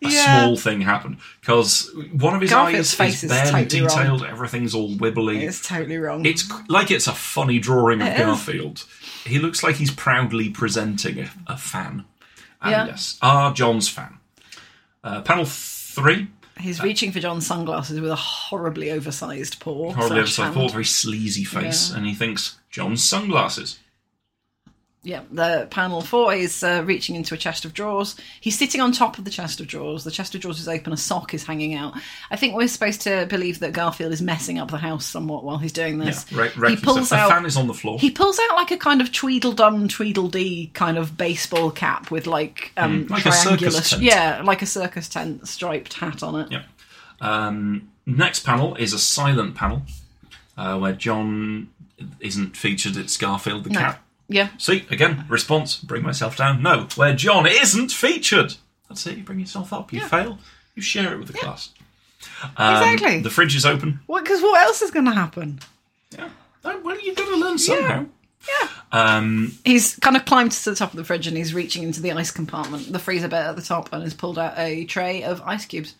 Yeah.
small thing happen because one of his
Garfield's
eyes
face
is
is
barely
totally wrong.
detailed. Everything's all wibbly.
It's totally wrong.
It's c- like it's a funny drawing of
It is.
Garfield. He looks like he's proudly presenting a, a fan. And
Yeah.
yes, ah, John's fan. Uh, panel three.
He's reaching for John's sunglasses with a horribly oversized paw.
horribly
slash
upside
hand.
forward, very sleazy face,
Yeah.
and he thinks John's sunglasses.
Yeah, the panel four is uh, reaching into a chest of drawers. He's sitting on top of the chest of drawers. The chest of drawers is open. A sock is hanging out. I think we're supposed to believe that Garfield is messing up the house somewhat while he's doing
Yeah,
this.
right, right.
he pulls
the
out.
fan is on the floor.
He pulls out like a kind of tweedledum, tweedledee kind of baseball cap with like um
Mm, like a circus
triangular,
tent.
yeah, like a circus tent striped hat on it.
Yeah. Um, next panel is a silent panel uh, where John isn't featured. It's Garfield the cat.
Yeah,
See, again, response, bring myself down. No, where John isn't featured. That's it, you bring yourself up. You fail, you share it with the class. Um,
Exactly.
The fridge is open.
what? Because what else is going to happen?
Yeah. Oh, Well, you've got to learn somehow.
Yeah.
Um,
He's kind of climbed to the top of the fridge and he's reaching into the ice compartment, the freezer bit at the top, and has pulled out a tray of ice cubes,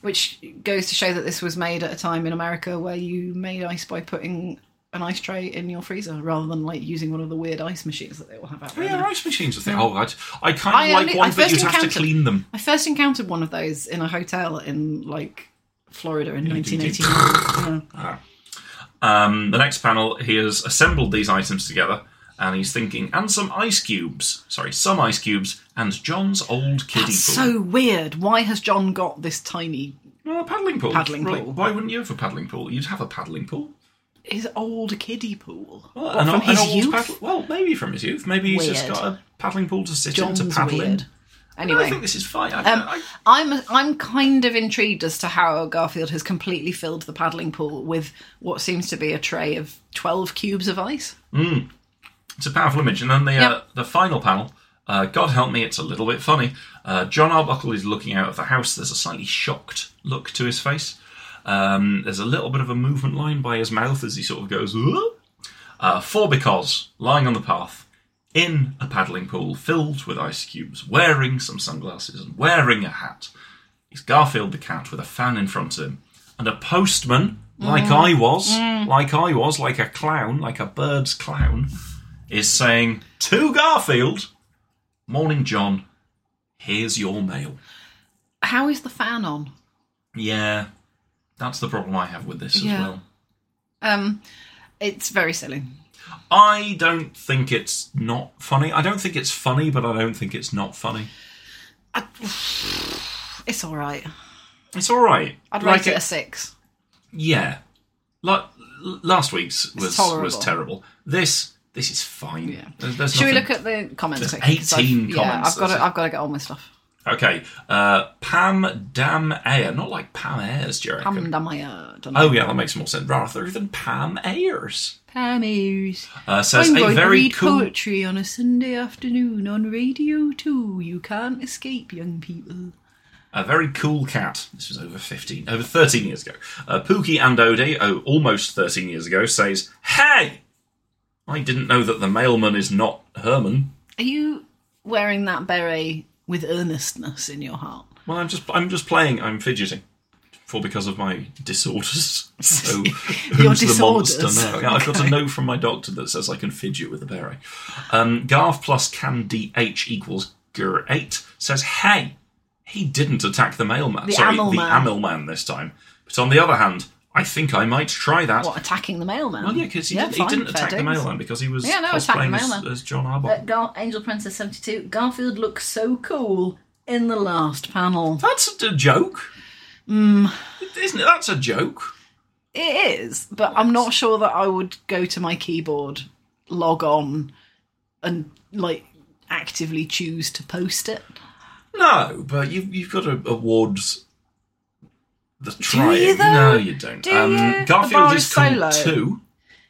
which goes to show that this was made at a time in America where you made ice by putting an ice tray in your freezer rather than like using one of the weird ice machines that they all have out there.
yeah,
now.
rice machines. I think. Oh, I, I kind of
I
like
only- I
ones that
first
you'd have to
encountered-
clean them.
I first encountered one of those in a hotel in like Florida in
do, do.
1989. Yeah.
Um, the next panel, he has assembled these items together, and he's thinking, and some ice cubes. Sorry, some ice cubes, and John's old kiddie
That's
pool.
so weird. Why has John got this tiny,
Well, a paddling pool.
Paddling
Right,
pool.
Why wouldn't you have a paddling pool? You'd have a paddling pool.
his old kiddie pool?
Well,
What, from his youth?
paddle- well, maybe from his youth. Maybe he's just
Weird.
got a paddling pool to sit in to
John's
paddle
weird. Um,
in. No,
Anyway.
I think this is fine. I, I,
I'm I'm kind of intrigued as to how Garfield has completely filled the paddling pool with what seems to be a tray of twelve cubes of ice.
it's a powerful image. And then the uh,
Yeah.
the final panel. Uh, God help me, it's a little bit funny. Uh, John Arbuckle is looking out of the house. There's a slightly shocked look to his face. Um, there's a little bit of a movement line by his mouth as he sort of goes. "Whoa." Uh, four because lying on the path in a paddling pool filled with ice cubes, wearing some sunglasses and wearing a hat. It's Garfield the cat with a fan in front of him and a postman, like I was, like I was, like a clown, like a bird's clown, is saying to Garfield, "Morning, John. Here's your mail."
How is the fan on?
Yeah, that's the problem I have with this as
Yeah.
well.
Um, it's very silly.
I don't think it's not funny. I don't think it's funny, but I don't think it's not funny.
It's all right.
It's all right.
I'd
Like uh,
rate it, a six.
Yeah, like last week's was was
tolerable.
terrible. This this is fine.
Yeah.
There's, there's
Should we
nothing-
look at the comments?
There's
quickly? 'Cause I've-
18
Yeah,
comments,
I've got
that's
to.
it.
I've got to get all my stuff.
Okay, uh, Pam Dam Ayer, not like Pam Ayers, do you reckon?
Pam Damaya, don't know.
Oh yeah, that makes more sense. Rather than Pam Ayers
Pammy's.
uh, says
I'm
a
going to
very
read
cool.
poetry on a Sunday afternoon on Radio Two. You can't escape, young people.
A very cool cat. This was over 15, over 13 years ago. Uh, Pookie and Odie, oh, almost 13 years ago, says, Hey! I didn't know that the mailman is not Herman.
Are you wearing that beret with earnestness in your heart?
Well, I'm just, I'm just playing. I'm fidgeting. For because of my disorders. So, who's the
disorders.
monster now? Yeah, I've got a note from my doctor that says I can fidget with a beret. Um, Garth plus can DH equals Gur 8 says, Hey! He didn't attack the mailman.
The
Sorry,
Amel
the
Man.
Amel Man this time. But on the other hand, I think I might try that.
What, attacking the mailman?
Well, yeah, because he, did,
fine,
he
fair
didn't attack the
dues.
mailman because he was
Yeah, no, attack the
cosplaying as,
mailman.
as John Arbuckle.
Uh, Gar- Angel Princess 72. Garfield looks so cool in the last panel.
That's a joke. Mm. Isn't it? That's a joke.
It is, but I'm not sure that I would go to my keyboard, log on, and like actively choose to post it.
No, but you, you've got to award the try.
you, though?
No, you don't. Um,
Do you? The
Garfield
bar
is
is so
cool
low.
too.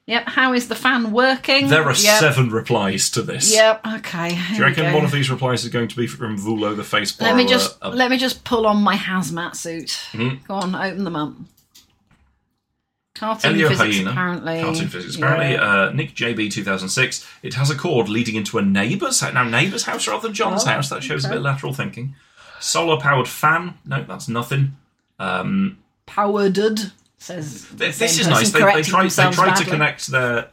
Yep. How is the fan working?
There are
Mm, yep.
seven replies to this.
Yep. Okay.
Do you reckon one of these replies is going to be from Vulo the face
Let
borrower?
me just
Uh,
let me just pull on my hazmat suit.
Hmm?
Go on, open them up. Cartoon
Elio
physics,
Hyena,
apparently.
Cartoon physics, apparently.
Yeah.
Uh, Nick JB, 2006. It has a cord leading into a neighbour's house. Now, neighbour's house rather than John's
Oh,
house. That shows a
okay.
bit of lateral thinking. Solar powered fan. No, that's nothing. Um,
Powered says. the
This,
same
this is
person
nice. They, they
correcting
try, they
themselves
try to
badly.
connect their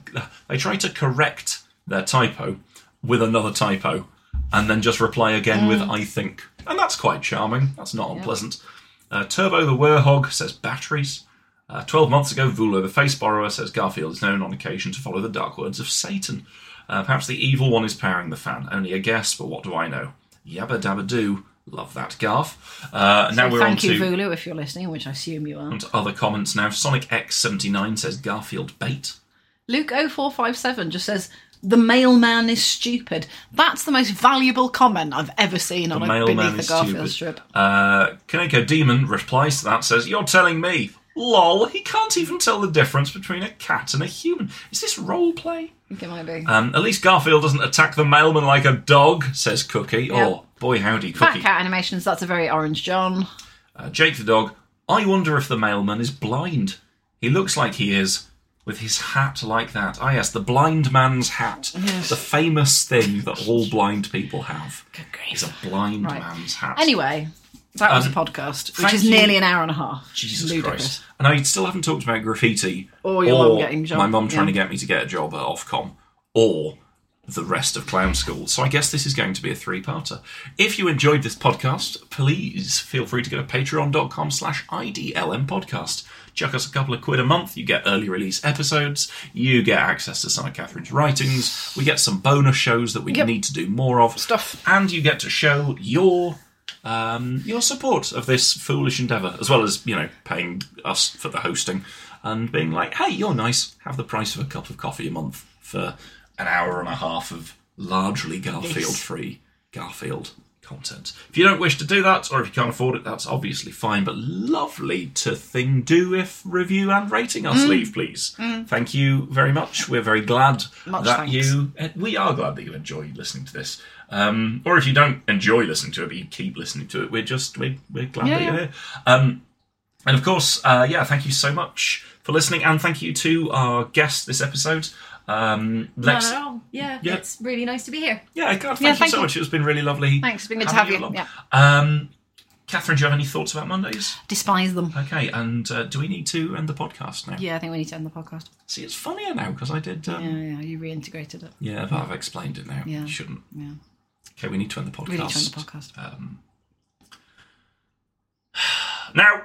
they try to correct their typo with another typo, and then just reply again with
Mm.
"I think," and that's quite charming. That's not unpleasant. Uh, Turbo the Werehog says batteries. Uh, Twelve months ago, Vulo the Face Borrower says Garfield is known on occasion to follow the dark words of Satan. Uh, perhaps the evil one is powering the fan. Only a guess, but what do I know? Yabba dabba doo. Love that, Garth. Uh, now we're on
Thank
to
you, Vulu, if you're listening, which I assume you are.
and other comments now. Sonic X79 says Garfield bait.
Luke0457 just says, The mailman is stupid. That's the most valuable comment I've ever seen on a
Mailman
Beneath the
is
Garfield
stupid.
strip.
Uh, Kaneko Demon replies to that, says, You're telling me. Lol, he can't even tell the difference between a cat and a human. Is this role play?
I think it might be.
Um, at least Garfield doesn't attack the mailman like a dog, says Cookie. Oh, boy, howdy,
Fat
Cookie.
Cat Animations, that's a very Orange John.
Uh, Jake the dog, I wonder if the mailman is blind. He looks like he is, with his hat like that. Ah, yes, the blind man's hat. The famous thing that all blind people have.
Good
is
grief.
a blind
Right.
man's hat.
Anyway, that was a podcast, which
Um, thank
is
you.
nearly an hour and a half.
Jesus
Ludicrous.
Christ. And I still haven't talked about graffiti.
Or your mum getting a job,
My mum trying to
yeah.
get me to get a job at Ofcom. Or the rest of clown school. So I guess this is going to be a three-parter. If you enjoyed this podcast, please feel free to go to patreon.com slash IDLM podcast. Chuck us a couple of quid a month, you get early release episodes, you get access to some of Catherine's writings, we get some bonus shows that we
Yep.
need to do more of.
Stuff.
And you get to show your um, your support of this foolish endeavour, as well as you know paying us for the hosting and being like, "Hey, you're nice. Have the price of a cup of coffee a month for an hour and a half of largely Garfield-free Garfield content." If you don't wish to do that, or if you can't afford it, that's obviously fine. But lovely to thing do if review and rating
Mm.
us leave, please. Thank you very much. We're very glad
Much
that
thanks.
you you- uh, we are glad that you enjoy listening to this. Um, or if you don't enjoy listening to it, but you keep listening to it, we're just we're, we're glad
Yeah,
that you're
yeah.
here. Um, and of course, uh, yeah, thank you so much for listening, and thank you to our guest this episode. Um,
Not
Lex,
at all. Yeah,
Yeah.
it's really nice to be here.
yeah, God, thank
Yeah,
you
thank
so
you.
much. It's been really lovely.
Thanks, it's been good to
having
have you,
along. Um, Catherine, do you have any thoughts about Mondays?
Despise them.
Okay, and uh, do we need to end the podcast now?
Yeah, I think we need to end the podcast.
See, it's funnier now because I did. Um,
Yeah,
yeah.
yeah, you reintegrated it.
but I've explained it now.
Yeah.
You shouldn't.
Yeah.
Okay, we need to end the podcast.
We need to end the podcast.
Um, now.